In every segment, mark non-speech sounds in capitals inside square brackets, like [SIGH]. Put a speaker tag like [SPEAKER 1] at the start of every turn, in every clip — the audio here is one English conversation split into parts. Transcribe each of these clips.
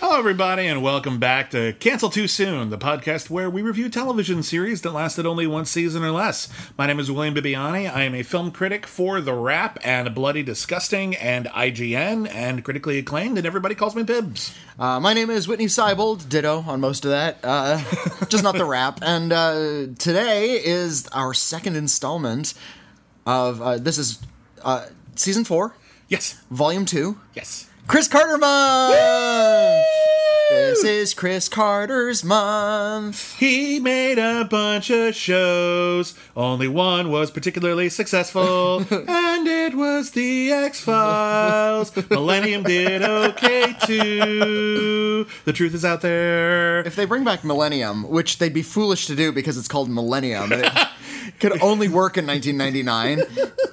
[SPEAKER 1] Hello, everybody, and welcome back to Cancel Too Soon, the podcast where we review television series that lasted only one season or less. My name is William Bibiani. I am a film critic for The Wrap and Bloody Disgusting and IGN and critically acclaimed, and everybody calls me Bibs.
[SPEAKER 2] Uh, my name is Whitney Seibold, ditto on most of that, uh,
[SPEAKER 3] [LAUGHS]
[SPEAKER 2] just not the rap. And uh, today is our second installment of uh, this is uh, season four,
[SPEAKER 1] Yes.
[SPEAKER 2] volume two,
[SPEAKER 1] Yes.
[SPEAKER 2] Chris Carter month. This is Chris Carter's month.
[SPEAKER 1] He made a bunch of shows. Only one was particularly
[SPEAKER 2] [LAUGHS]
[SPEAKER 1] successful, and it was The X Files. Millennium did okay too. The truth is out there.
[SPEAKER 2] If they bring back Millennium, which they'd be foolish to do because it's called Millennium, and it [LAUGHS] could only work in 1999. [LAUGHS]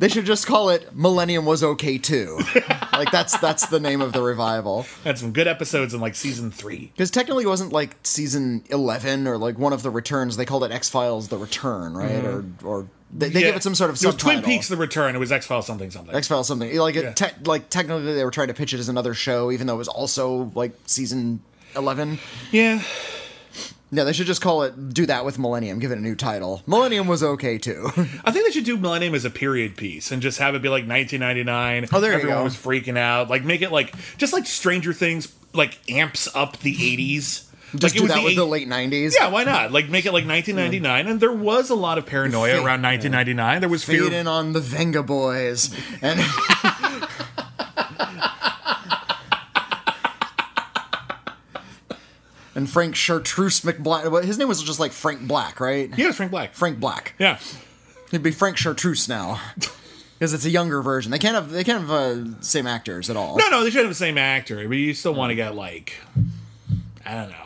[SPEAKER 2] They should just call it Millennium was
[SPEAKER 1] [LAUGHS]
[SPEAKER 2] okay too. Like that's that's the name of the revival.
[SPEAKER 1] Had some good episodes in like season three.
[SPEAKER 2] Because technically, it wasn't like season eleven or like one of the returns. They called it X Files: The Return, right? Or or they, they
[SPEAKER 1] Yeah.
[SPEAKER 2] give it some sort of
[SPEAKER 1] Mm-hmm. It was
[SPEAKER 2] subtitle.
[SPEAKER 1] Twin Peaks: The Return. It was X Files something something.
[SPEAKER 2] X Files something like it.
[SPEAKER 1] Yeah.
[SPEAKER 2] Te- like technically, they were trying to pitch it as another show, even though it was also like season eleven.
[SPEAKER 1] yeah,
[SPEAKER 2] Yeah, they should just call it. Do that with Millennium. Give it a new title. Millennium was okay too. [LAUGHS]
[SPEAKER 1] I think they should do Millennium as a period piece and just have it be like 1999.
[SPEAKER 2] Oh, there you
[SPEAKER 1] Everyone
[SPEAKER 2] go.
[SPEAKER 1] was freaking out. Like make it like just like Stranger Things like amps up the 80s.
[SPEAKER 2] just
[SPEAKER 1] like it
[SPEAKER 2] do
[SPEAKER 1] was
[SPEAKER 2] that with
[SPEAKER 1] eight-
[SPEAKER 2] the late nineties.
[SPEAKER 1] Yeah, why not? Like make it like 1999, and there was a lot of paranoia
[SPEAKER 2] Fade-
[SPEAKER 1] around 1999. There was fear.
[SPEAKER 2] Fade in on the Venga Boys and. [LAUGHS] And Frank Chartreuse McBlack. well, His name was just like Frank Black, right?
[SPEAKER 1] yeah, it was Frank Black.
[SPEAKER 2] Frank Black.
[SPEAKER 1] Yeah,
[SPEAKER 2] He'd be Frank
[SPEAKER 1] [LAUGHS]
[SPEAKER 2] Chartreuse now, because it's a younger version. They can't have they can't have uh, same actors at all.
[SPEAKER 1] no, no, they should have the same actor, but you still want to get like, I don't know,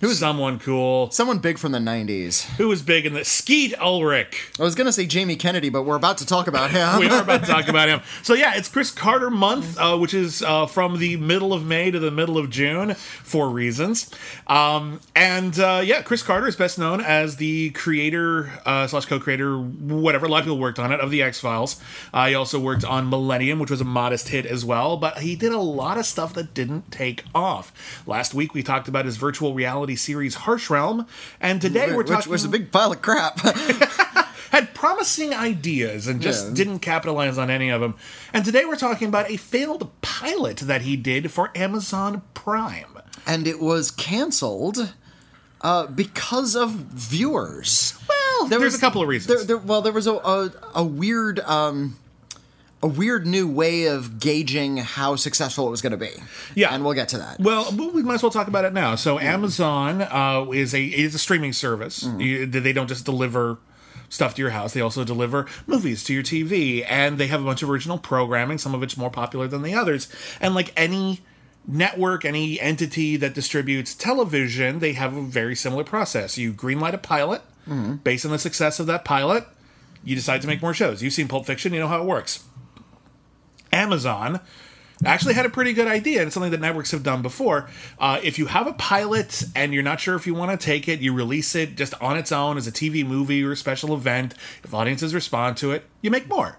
[SPEAKER 1] who's someone cool,
[SPEAKER 2] Someone big from the '90s.
[SPEAKER 1] who was big in the Skeet Ulrich.
[SPEAKER 2] I was gonna say Jamie Kennedy, but we're about to talk about
[SPEAKER 1] We
[SPEAKER 2] him.
[SPEAKER 1] are about to talk about him. So yeah, it's Chris Carter month, uh, which is uh, from the middle of May to the middle of June for reasons. Um, and uh, yeah, Chris Carter is best known as the creator uh, slash co-creator, whatever. A lot of people worked on it of the X Files. Uh, he also worked on Millennium, which was a modest hit as well. But he did a lot of stuff that didn't take off. Last week we talked about his virtual reality series Harsh Realm, and today we're
[SPEAKER 2] which
[SPEAKER 1] talking
[SPEAKER 2] was a big pile
[SPEAKER 1] [LAUGHS]
[SPEAKER 2] of crap.
[SPEAKER 1] had promising ideas and just
[SPEAKER 2] Yeah.
[SPEAKER 1] didn't capitalize on any of them. And today we're talking about a failed pilot that he did for Amazon Prime.
[SPEAKER 2] and it was canceled uh, because of viewers. Well,
[SPEAKER 1] there's a couple of reasons.
[SPEAKER 2] There, there, well, there was a a, a weird. Um, a weird new way of gauging how successful it was going to be.
[SPEAKER 1] Yeah.
[SPEAKER 2] and we'll get to that.
[SPEAKER 1] Well, we we might as well talk about it now. So Amazon uh, is a is a streaming service. You- they don't just deliver stuff to your house; they also deliver movies to your TV, and they have a bunch of original programming. Some of it's more popular than the others, and like any network any entity that distributes television they have a very similar process you greenlight a pilot based on the success of that pilot you decide to make more shows you've seen pulp fiction you know how it works Amazon actually had a pretty good idea and something that networks have done before. Uh, if you have a pilot and you're not sure if you want to take it, you release it just on its own as a TV movie or a special event. If audiences respond to it, you make more.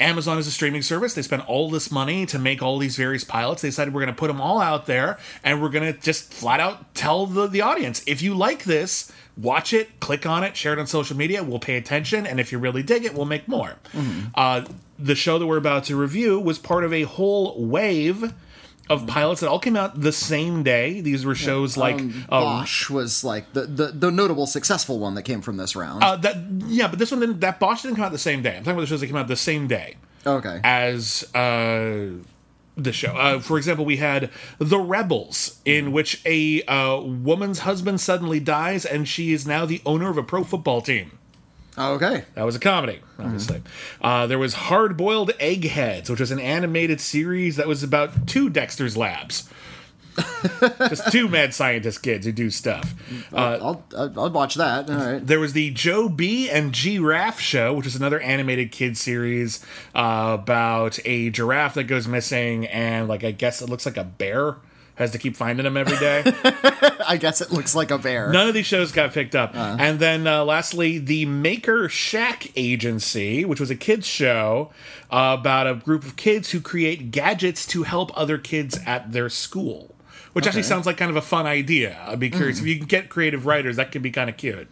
[SPEAKER 1] Amazon is a streaming service. They spent all this money to make all these various pilots. They decided we're going to put them all out there and we're going to just flat out tell the, the audience if you like this, watch it, click on it, share it on social media. We'll pay attention. And if you really dig it, we'll make more. Uh, the show that we're about to review was part of a whole wave of pilots that all came out the same day. These were shows like
[SPEAKER 2] um,
[SPEAKER 1] uh,
[SPEAKER 2] Bosch was like the, the the notable successful one that came from this round.
[SPEAKER 1] uh, that. Yeah, but this one didn't. That Bosch didn't come out the same day. I'm talking about the shows that came out the same day
[SPEAKER 2] okay,
[SPEAKER 1] as uh, the show. Uh, for example, we had The Rebels, in which a uh, woman's husband suddenly dies and she is now the owner of a pro football team.
[SPEAKER 2] Okay.
[SPEAKER 1] That was a comedy, obviously. Uh, there was Hard Boiled Eggheads, which was an animated series that was about two Dexter's Labs. Just two mad scientist kids who do stuff. Uh,
[SPEAKER 2] I'll, I'll, I'll watch that. All right. [LAUGHS]
[SPEAKER 1] there was the Joe B and Giraffe Show, which is another animated kid series uh, about a giraffe that goes missing, and like I guess it looks like a bear has to keep finding him every day.
[SPEAKER 2] I guess it looks like a bear.
[SPEAKER 1] None of these shows got picked up. And then uh, lastly, the Maker Shack Agency, which was a kids show uh, about a group of kids who create gadgets to help other kids at their school. Which actually sounds like kind of a fun idea. I'd be curious if you can get creative writers. That could be kind of cute.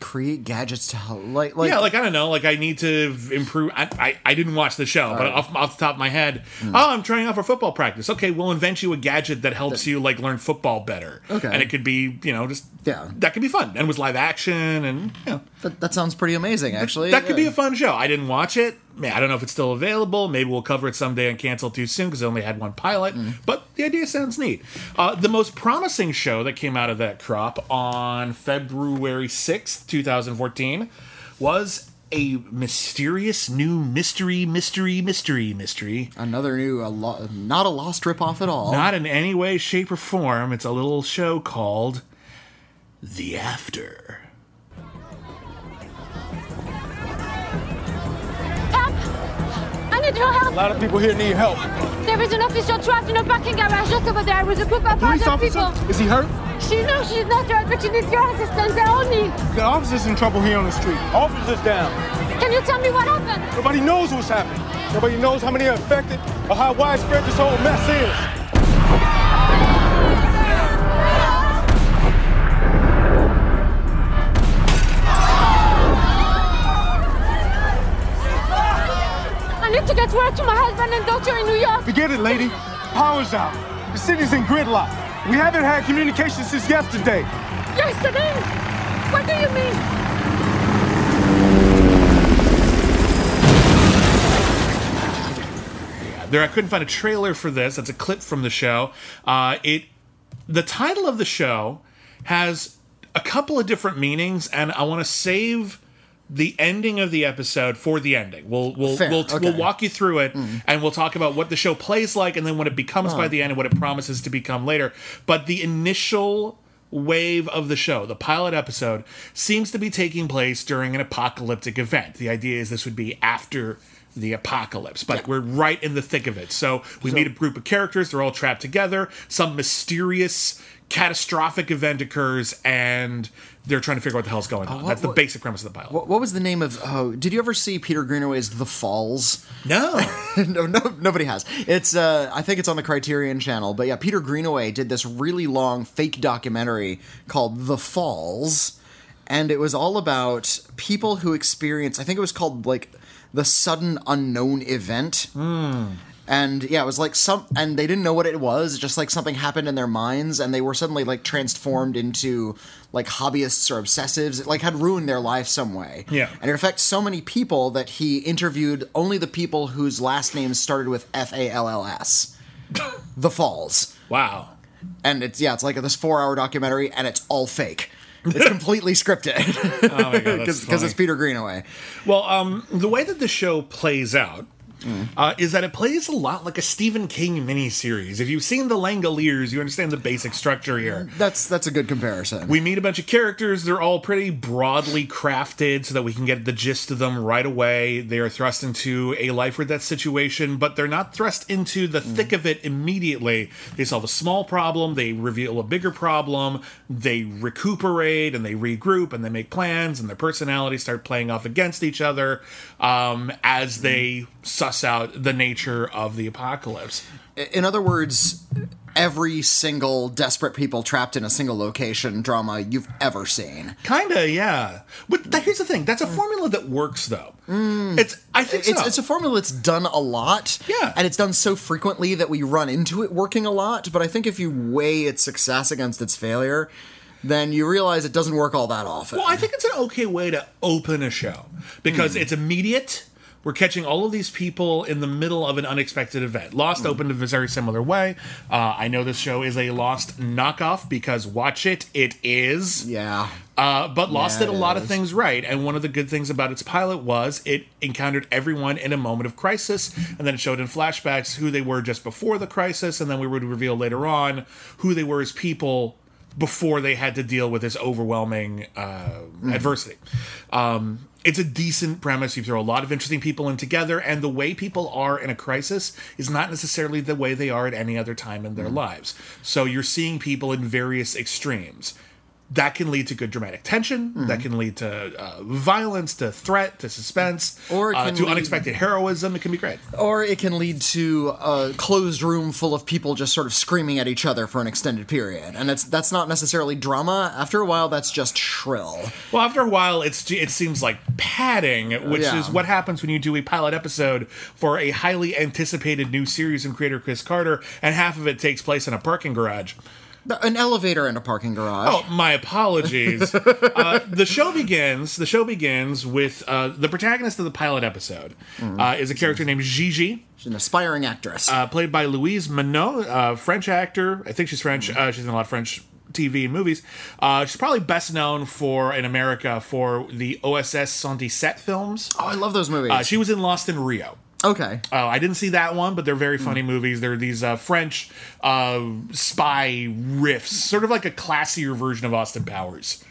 [SPEAKER 2] Create gadgets to help. Like, like,
[SPEAKER 1] Yeah, like I don't know, like I need to improve. I I, I didn't watch the show, but off, off the top of my head,
[SPEAKER 2] Hmm.
[SPEAKER 1] oh, I'm trying out for football practice. Okay, we'll invent you a gadget that helps you like learn football better.
[SPEAKER 2] Okay.
[SPEAKER 1] and it could be you know just
[SPEAKER 2] Yeah.
[SPEAKER 1] that could be fun and it was live action and you know,
[SPEAKER 2] that, that sounds pretty amazing, actually.
[SPEAKER 1] that could be
[SPEAKER 2] Yeah.
[SPEAKER 1] a fun show. I didn't watch it. Man, I don't know if it's still available. Maybe we'll cover it someday and cancel too soon because it only had one pilot. But the idea sounds neat. Uh, the most promising show that came out of that crop on February 6th, 2014, was a mysterious new mystery, mystery, mystery, mystery.
[SPEAKER 2] another new, a lo- not a lost rip off at all.
[SPEAKER 1] Not in any way, shape, or form. It's a little show called The After.
[SPEAKER 4] Help! I need your help!
[SPEAKER 5] A lot of people here need help.
[SPEAKER 4] There is an official trapped in a parking garage just over there with a group of other people.
[SPEAKER 5] Is he hurt?
[SPEAKER 4] She knows she's not hurt, but she needs your assistance. They all need.
[SPEAKER 5] The officer's in trouble here on the street. Officer's down.
[SPEAKER 4] Can you tell me what happened?
[SPEAKER 5] Nobody knows what's happened. Nobody knows how many are affected or how widespread this whole mess is.
[SPEAKER 4] I need to get word to my husband and daughter in New York.
[SPEAKER 5] Forget it, lady. Power's out. The city's in gridlock. We haven't had communication since yesterday.
[SPEAKER 4] Yesterday? What do you mean?
[SPEAKER 1] there i couldn't find a trailer for this that's a clip from the show uh, it the title of the show has a couple of different meanings and i want to save the ending of the episode for the ending we'll we'll
[SPEAKER 2] Fair,
[SPEAKER 1] we'll,
[SPEAKER 2] okay.
[SPEAKER 1] we'll walk you through it
[SPEAKER 2] Mm.
[SPEAKER 1] and we'll talk about what the show plays like and then what it becomes by the end and what it promises to become later but the initial wave of the show the pilot episode seems to be taking place during an apocalyptic event the idea is this would be after the apocalypse but we're right in the thick of it so we meet a group of characters they're all trapped together some mysterious catastrophic event occurs and they're trying to figure out what the hell's going on that's the
[SPEAKER 2] Uh, what-
[SPEAKER 1] basic premise of the pilot
[SPEAKER 2] What- What was the name of? Oh, did you ever see Peter Greenaway's The Falls? [LAUGHS]
[SPEAKER 1] no [LAUGHS]
[SPEAKER 2] no, no, nobody has. It's uh, I think it's on the Criterion Channel, but yeah, Peter Greenaway did this really long fake documentary called The Falls, and it was all about people who experience. I think it was called like the sudden unknown event. And yeah, it was like some, and they didn't know what it was. Just like something happened in their minds, and they were suddenly like transformed into like hobbyists or obsessives. It like had ruined their life some way.
[SPEAKER 1] Yeah.
[SPEAKER 2] and it affects so many people that he interviewed only the people whose last names started with F A L
[SPEAKER 1] [LAUGHS]
[SPEAKER 2] L S, the Falls.
[SPEAKER 1] wow
[SPEAKER 2] And it's yeah, it's like this four-hour documentary, and it's all fake.
[SPEAKER 1] [LAUGHS]
[SPEAKER 2] It's completely scripted
[SPEAKER 1] oh my
[SPEAKER 2] [LAUGHS]
[SPEAKER 1] god that's
[SPEAKER 2] because
[SPEAKER 1] funny.
[SPEAKER 2] it's Peter Greenaway.
[SPEAKER 1] Well, um, the way that the show plays out uh, is that it plays a lot like a Stephen King miniseries. If you've seen The Langoliers, you understand the basic structure here.
[SPEAKER 2] That's that's a good comparison.
[SPEAKER 1] We meet a bunch of characters. They're all pretty broadly crafted so that we can get the gist of them right away. They are thrust into a life or death situation, but they're not thrust into the thick of it immediately. They solve a small problem, they reveal a bigger problem, they recuperate and they regroup and they make plans, and their personalities start playing off against each other um, as they suss out the nature of the apocalypse.
[SPEAKER 2] in other words, every single desperate people trapped in a single location drama you've ever seen.
[SPEAKER 1] Kinda, yeah. But th- here's the thing: that's a formula that works, though. It's, I think,
[SPEAKER 2] Mm. It's,
[SPEAKER 1] so.
[SPEAKER 2] it's a formula that's done a lot.
[SPEAKER 1] Yeah.
[SPEAKER 2] And it's done so frequently that we run into it working a lot. But I think if you weigh its success against its failure, then you realize it doesn't work all that often. Mm.
[SPEAKER 1] Well, I think it's an okay way to open a show because it's immediate. we're catching all of these people in the middle of an unexpected event.
[SPEAKER 2] Mm.
[SPEAKER 1] Lost opened in a very similar way. Uh, I know this show is a Lost knockoff because watch it, it is.
[SPEAKER 2] Yeah.
[SPEAKER 1] Uh, but Lost
[SPEAKER 2] Yeah,
[SPEAKER 1] did a
[SPEAKER 2] it
[SPEAKER 1] lot of
[SPEAKER 2] is.
[SPEAKER 1] things right, and one of the good things about its pilot was it encountered everyone in a moment of crisis, and then it showed in flashbacks who they were just before the crisis, and then we would reveal later on who they were as people before they had to deal with this overwhelming uh, adversity. Um, it's a decent premise. You throw a lot of interesting people in together, and the way people are in a crisis is not necessarily the way they are at any other time in their lives. So you're seeing people in various extremes that can lead to good dramatic tension.
[SPEAKER 2] Mm-hmm.
[SPEAKER 1] That can lead to uh, violence, to threat, to suspense,
[SPEAKER 2] Or it
[SPEAKER 1] uh,
[SPEAKER 2] can
[SPEAKER 1] to
[SPEAKER 2] lead-
[SPEAKER 1] unexpected heroism. It can be great.
[SPEAKER 2] Or it can lead to a closed room full of people just sort of screaming at each other for an extended period. And it's, that's not necessarily drama. After a while, that's just shrill.
[SPEAKER 1] Well, after a while, it's it seems like padding, which
[SPEAKER 2] Yeah.
[SPEAKER 1] is what happens when you do a pilot episode for a highly anticipated new series from creator Chris Carter, and half of it takes place in a parking garage.
[SPEAKER 2] An elevator and a parking garage.
[SPEAKER 1] Oh, my
[SPEAKER 2] [LAUGHS]
[SPEAKER 1] apologies. uh, the show begins. The show begins with uh, the protagonist of the pilot episode
[SPEAKER 2] Mm-hmm.
[SPEAKER 1] uh, is a character named Gigi.
[SPEAKER 2] She's an aspiring actress.
[SPEAKER 1] uh, played by Louise Minot, uh, French actor. I think she's French.
[SPEAKER 2] Mm-hmm.
[SPEAKER 1] Uh, she's in a lot of French TV and movies. Uh, she's probably best known for in America for the OSS 77 films.
[SPEAKER 2] oh, I love those movies.
[SPEAKER 1] Uh, she was in Lost in Rio.
[SPEAKER 2] okay.
[SPEAKER 1] Uh, I didn't see that one, but they're very
[SPEAKER 2] Mm.
[SPEAKER 1] funny movies. They're these uh, French uh, spy riffs, sort of like a classier version of Austin Powers.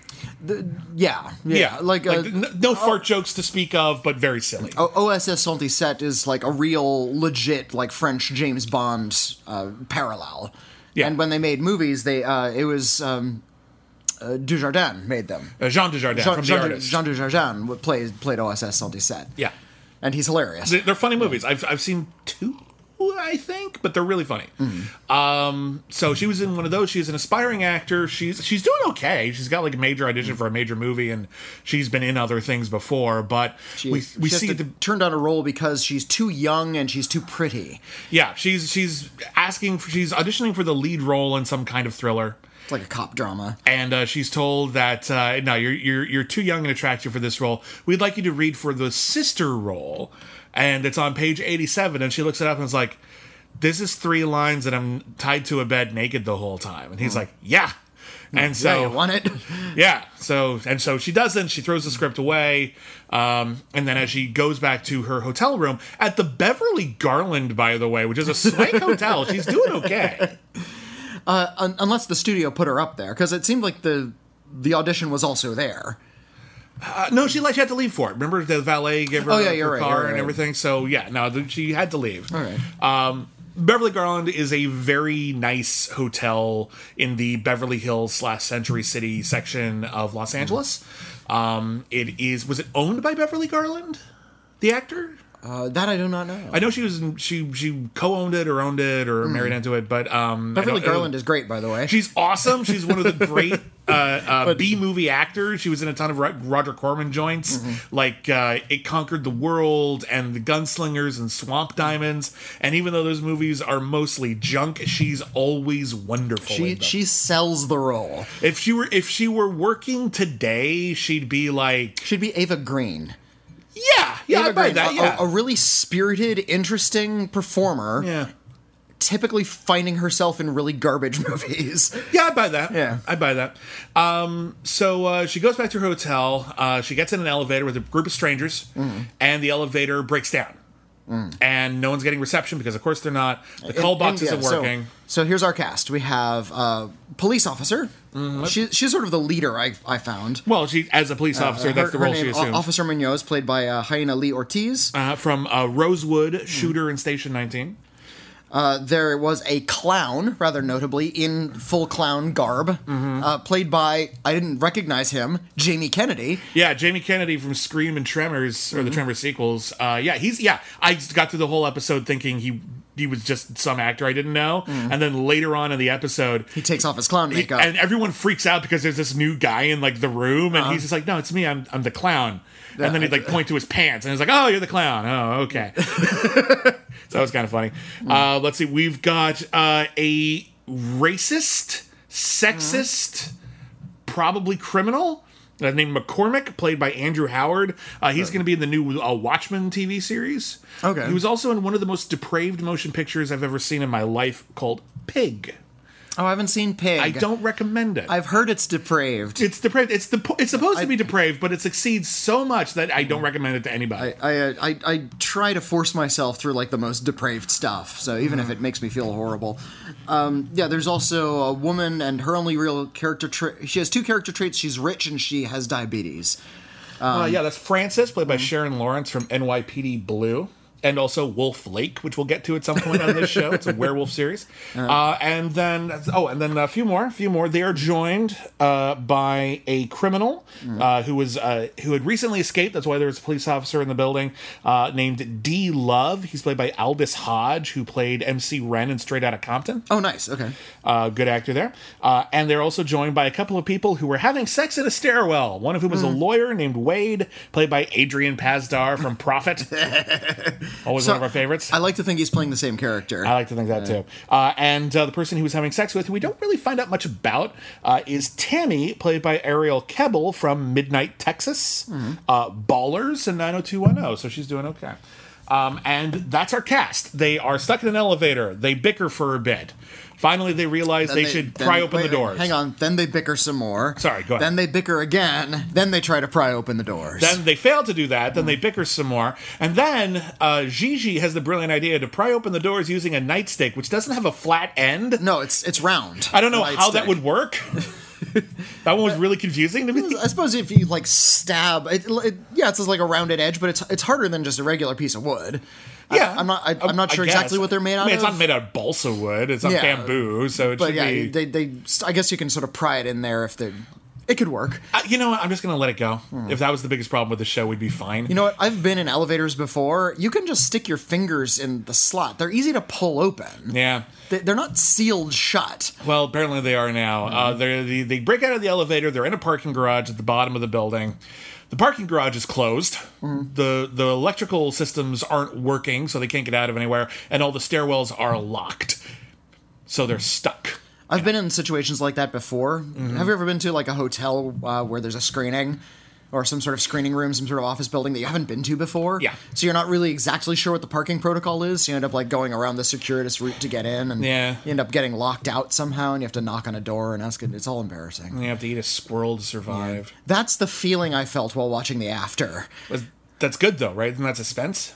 [SPEAKER 2] yeah, yeah. Like, uh, Oh.
[SPEAKER 1] n- no, fart jokes to speak of, but very silly.
[SPEAKER 2] O- OSS Santi Set is like a real legit like French James Bond uh, parallel.
[SPEAKER 1] Yeah.
[SPEAKER 2] And when they made movies, they uh, it was um, uh, Dujardin made them.
[SPEAKER 1] Uh, Jean Dujardin
[SPEAKER 2] Jean,
[SPEAKER 1] from
[SPEAKER 2] Jean-
[SPEAKER 1] The Artist.
[SPEAKER 2] Jean Dujardin w- played played OSS Santi Set.
[SPEAKER 1] yeah.
[SPEAKER 2] And he's hilarious.
[SPEAKER 1] They- They're funny movies. I've, I've seen two, I think, but they're really funny. Um, so she was in one of those. She's an aspiring actor. She's she's doing okay. She's got like a major audition for a major movie, and she's been in other things before. But
[SPEAKER 2] She-
[SPEAKER 1] we we
[SPEAKER 2] she has
[SPEAKER 1] see
[SPEAKER 2] to
[SPEAKER 1] the
[SPEAKER 2] turn down a role because she's too young and she's too pretty.
[SPEAKER 1] yeah she's she's asking for, she's auditioning for the lead role in some kind of thriller.
[SPEAKER 2] It's like a cop drama.
[SPEAKER 1] and uh, she's told that uh, no, you're you're you're too young and attractive for this role. We'd like you to read for the sister role, and it's on page eighty-seven. And she looks it up and is like, "This is three lines that I'm tied to a bed naked the whole time." And he's like, "Yeah." And so
[SPEAKER 2] Mm-hmm. yeah, you want it?
[SPEAKER 1] yeah. So and so she doesn't. She throws the script away, um, and then as she goes back to her hotel room at the Beverly Garland, by the way, which is a
[SPEAKER 2] [LAUGHS]
[SPEAKER 1] swank hotel, she's doing okay.
[SPEAKER 2] Un- unless the studio put her up there because it seemed like the the audition was also there.
[SPEAKER 1] No, she like she had to leave for it. Remember the valet gave her
[SPEAKER 2] Oh, yeah,
[SPEAKER 1] her
[SPEAKER 2] you're right,
[SPEAKER 1] car
[SPEAKER 2] you're
[SPEAKER 1] and
[SPEAKER 2] right.
[SPEAKER 1] everything. So yeah, no, th- she had to leave.
[SPEAKER 2] All right.
[SPEAKER 1] Um, Beverly Garland is a very nice hotel in the Beverly Hills slash Century City section of
[SPEAKER 2] Mm-hmm.
[SPEAKER 1] Los Angeles. Um, it is was it owned by Beverly Garland, the actor?
[SPEAKER 2] Uh, that I do not know.
[SPEAKER 1] I know she was she she co-owned it or owned it or married into it, but um, I
[SPEAKER 2] Mm-hmm. Beverly
[SPEAKER 1] don't-
[SPEAKER 2] Garland is great, by the way.
[SPEAKER 1] She's awesome. She's one of the
[SPEAKER 2] [LAUGHS]
[SPEAKER 1] great uh, uh, B movie actors. She was in a ton of Ro- Roger Corman joints,
[SPEAKER 2] Mm-hmm.
[SPEAKER 1] like uh, It Conquered the World and The Gunslingers and Swamp Diamonds. And even though those movies are mostly junk, she's always wonderful.
[SPEAKER 2] she
[SPEAKER 1] in them.
[SPEAKER 2] she sells the role.
[SPEAKER 1] if she were if she were working today, she'd be like,
[SPEAKER 2] Should be Ava Green.
[SPEAKER 1] yeah, yeah, I
[SPEAKER 2] Ava
[SPEAKER 1] buy
[SPEAKER 2] Green,
[SPEAKER 1] that.
[SPEAKER 2] a-
[SPEAKER 1] yeah.
[SPEAKER 2] a, a really spirited, interesting performer.
[SPEAKER 1] yeah.
[SPEAKER 2] Typically finding herself in really garbage [LAUGHS] movies.
[SPEAKER 1] Yeah, I buy that.
[SPEAKER 2] Yeah.
[SPEAKER 1] I buy that. Um, so uh, she goes back to her hotel. Uh, she gets in an elevator with a group of strangers,
[SPEAKER 2] Mm.
[SPEAKER 1] and the elevator breaks down. And no one's getting reception because, of course, they're not. The call box
[SPEAKER 2] And, yeah,
[SPEAKER 1] isn't
[SPEAKER 2] so-
[SPEAKER 1] working.
[SPEAKER 2] So, here's our cast. We have uh, police officer.
[SPEAKER 1] Mm-hmm.
[SPEAKER 2] She, she's sort of the leader. I I found.
[SPEAKER 1] well, she as a police officer, that's the
[SPEAKER 2] Uh, her
[SPEAKER 1] role she
[SPEAKER 2] name, O-
[SPEAKER 1] assumes.
[SPEAKER 2] Officer Munoz, played by uh, Hyena Lee Ortiz.
[SPEAKER 1] uh, from uh,
[SPEAKER 2] Mm.
[SPEAKER 1] Rosewood shooter in Station 19.
[SPEAKER 2] there was a clown, rather notably, in full clown garb, uh, played by, I didn't recognize him, Jamie Kennedy.
[SPEAKER 1] Yeah, Jamie Kennedy from Scream and Tremors
[SPEAKER 2] Mm-hmm.
[SPEAKER 1] or the Tremors sequels. Uh, yeah, he's yeah. I just got through the whole episode thinking he he was just some actor I didn't know, and then later on in the episode,
[SPEAKER 2] Mm. He takes off his clown makeup.
[SPEAKER 1] and everyone freaks out because there's this new guy in like the room, and he's just like, "No, it's me. I'm I'm the clown." And then he'd like point to his pants, and he's like, "Oh, you're the clown. Oh, okay." [LAUGHS] so that was kind of funny. Uh, let's see. We've got uh, a racist, sexist, probably criminal, uh, named McCormick, played by Andrew Howard. Uh, he's going to be in the new uh, Watchmen TV series.
[SPEAKER 2] Okay.
[SPEAKER 1] He was also in one of the most depraved motion pictures I've ever seen in my life called Pig.
[SPEAKER 2] Oh, I haven't seen Pig.
[SPEAKER 1] I don't recommend it.
[SPEAKER 2] I've heard it's depraved.
[SPEAKER 1] it's depraved. It's the. It's supposed to be depraved, but it succeeds so much that I don't recommend it to anybody.
[SPEAKER 2] I, uh, I I try to force myself through like the most depraved stuff. So even if it makes me feel horrible, um, yeah. There's also a woman, and her only real character trait. She has two character traits. She's rich and she has diabetes.
[SPEAKER 1] Uh, yeah, that's Francis, played by Sharon Lawrence from NYPD Blue, and also Wolf Lake, which we'll get to at some point on this show. It's a werewolf series. Uh, and then, oh, and then a few more, a few more. They are joined uh, by a criminal uh, who was uh, who had recently escaped. That's why there was a police officer in the building uh, named D. Love. He's played by Aldous Hodge, who played MC Ren in Straight Outta Compton.
[SPEAKER 2] Oh, nice. Okay.
[SPEAKER 1] Uh, good actor there. Uh, and they're also joined by a couple of people who were having sex in a stairwell. One of whom is a lawyer named Wade, played by Adrian Pazdar from Prophet. Always one of our favorites.
[SPEAKER 2] I like to think he's playing the same character.
[SPEAKER 1] I like to think that too. Uh, and uh, the person he was having sex with, who we don't really find out much about, uh, is Tammy, played by Ariel Kebble from Midnight Texas,
[SPEAKER 2] Mm-hmm.
[SPEAKER 1] uh, Ballers, oh and 90210. So she's doing okay. Um, and that's our cast. They are stuck in an elevator. They bicker for a bit. Finally, they realize
[SPEAKER 2] Then
[SPEAKER 1] they, should
[SPEAKER 2] then-
[SPEAKER 1] pry open
[SPEAKER 2] wait,
[SPEAKER 1] the
[SPEAKER 2] wait,
[SPEAKER 1] doors.
[SPEAKER 2] Hang on. Then they bicker some more.
[SPEAKER 1] Sorry, go ahead.
[SPEAKER 2] Then they bicker again. Then they try to pry open the doors.
[SPEAKER 1] Then they fail to do that. Then they
[SPEAKER 2] Mm-hmm.
[SPEAKER 1] bicker some more. And then uh, Gigi has the brilliant idea to pry open the doors using a nightstick, which doesn't have a flat end.
[SPEAKER 2] no, it's it's round.
[SPEAKER 1] I don't know
[SPEAKER 2] The
[SPEAKER 1] how that
[SPEAKER 2] lightstick.
[SPEAKER 1] would work.
[SPEAKER 2] [LAUGHS]
[SPEAKER 1] that one was really confusing to me.
[SPEAKER 2] I suppose if you like stab, it, it, yeah, it's just like a rounded edge, but it's it's harder than just a regular piece of wood. I-
[SPEAKER 1] [LAUGHS] Yeah,
[SPEAKER 2] I'm not. I, I'm not
[SPEAKER 1] I
[SPEAKER 2] sure
[SPEAKER 1] guess.
[SPEAKER 2] exactly what they're made out
[SPEAKER 1] I mean, it's
[SPEAKER 2] of.
[SPEAKER 1] not made out of balsa wood. It's not
[SPEAKER 2] Yeah.
[SPEAKER 1] bamboo, so it
[SPEAKER 2] but
[SPEAKER 1] should
[SPEAKER 2] yeah,
[SPEAKER 1] be.
[SPEAKER 2] they they. I guess you can sort of pry it in there if they. It could work.
[SPEAKER 1] I- you know what? I'm just gonna let it go. If that was the biggest problem with the show, we'd be fine.
[SPEAKER 2] Hmm. You know what? I've been in elevators before. You can just stick your fingers in the slot. They're easy to pull open.
[SPEAKER 1] yeah.
[SPEAKER 2] They- They're not sealed shut.
[SPEAKER 1] Well, apparently they are now.
[SPEAKER 2] Hmm.
[SPEAKER 1] Uh, they're, they they break out of the elevator. They're in a parking garage at the bottom of the building. The parking garage is closed.
[SPEAKER 2] Hmm.
[SPEAKER 1] The the electrical systems aren't working, so they can't get out of anywhere, and all the stairwells are locked. So they're stuck.
[SPEAKER 2] I've been in situations like that before.
[SPEAKER 1] Mm-hmm.
[SPEAKER 2] Have you ever been to like a hotel uh, where there's a screening or some sort of screening room, some sort of office building that you haven't been to before?
[SPEAKER 1] Yeah.
[SPEAKER 2] So you're not really exactly sure what the parking protocol is. So you end up like going around the circuitous route to get in, and
[SPEAKER 1] Yeah.
[SPEAKER 2] you end up getting locked out somehow, and you have to knock on a door and ask it. It's all embarrassing.
[SPEAKER 1] They have to eat a squirrel to survive.
[SPEAKER 2] That's the feeling I felt while watching the after.
[SPEAKER 1] Was- That's good though, right? Isn't that suspense?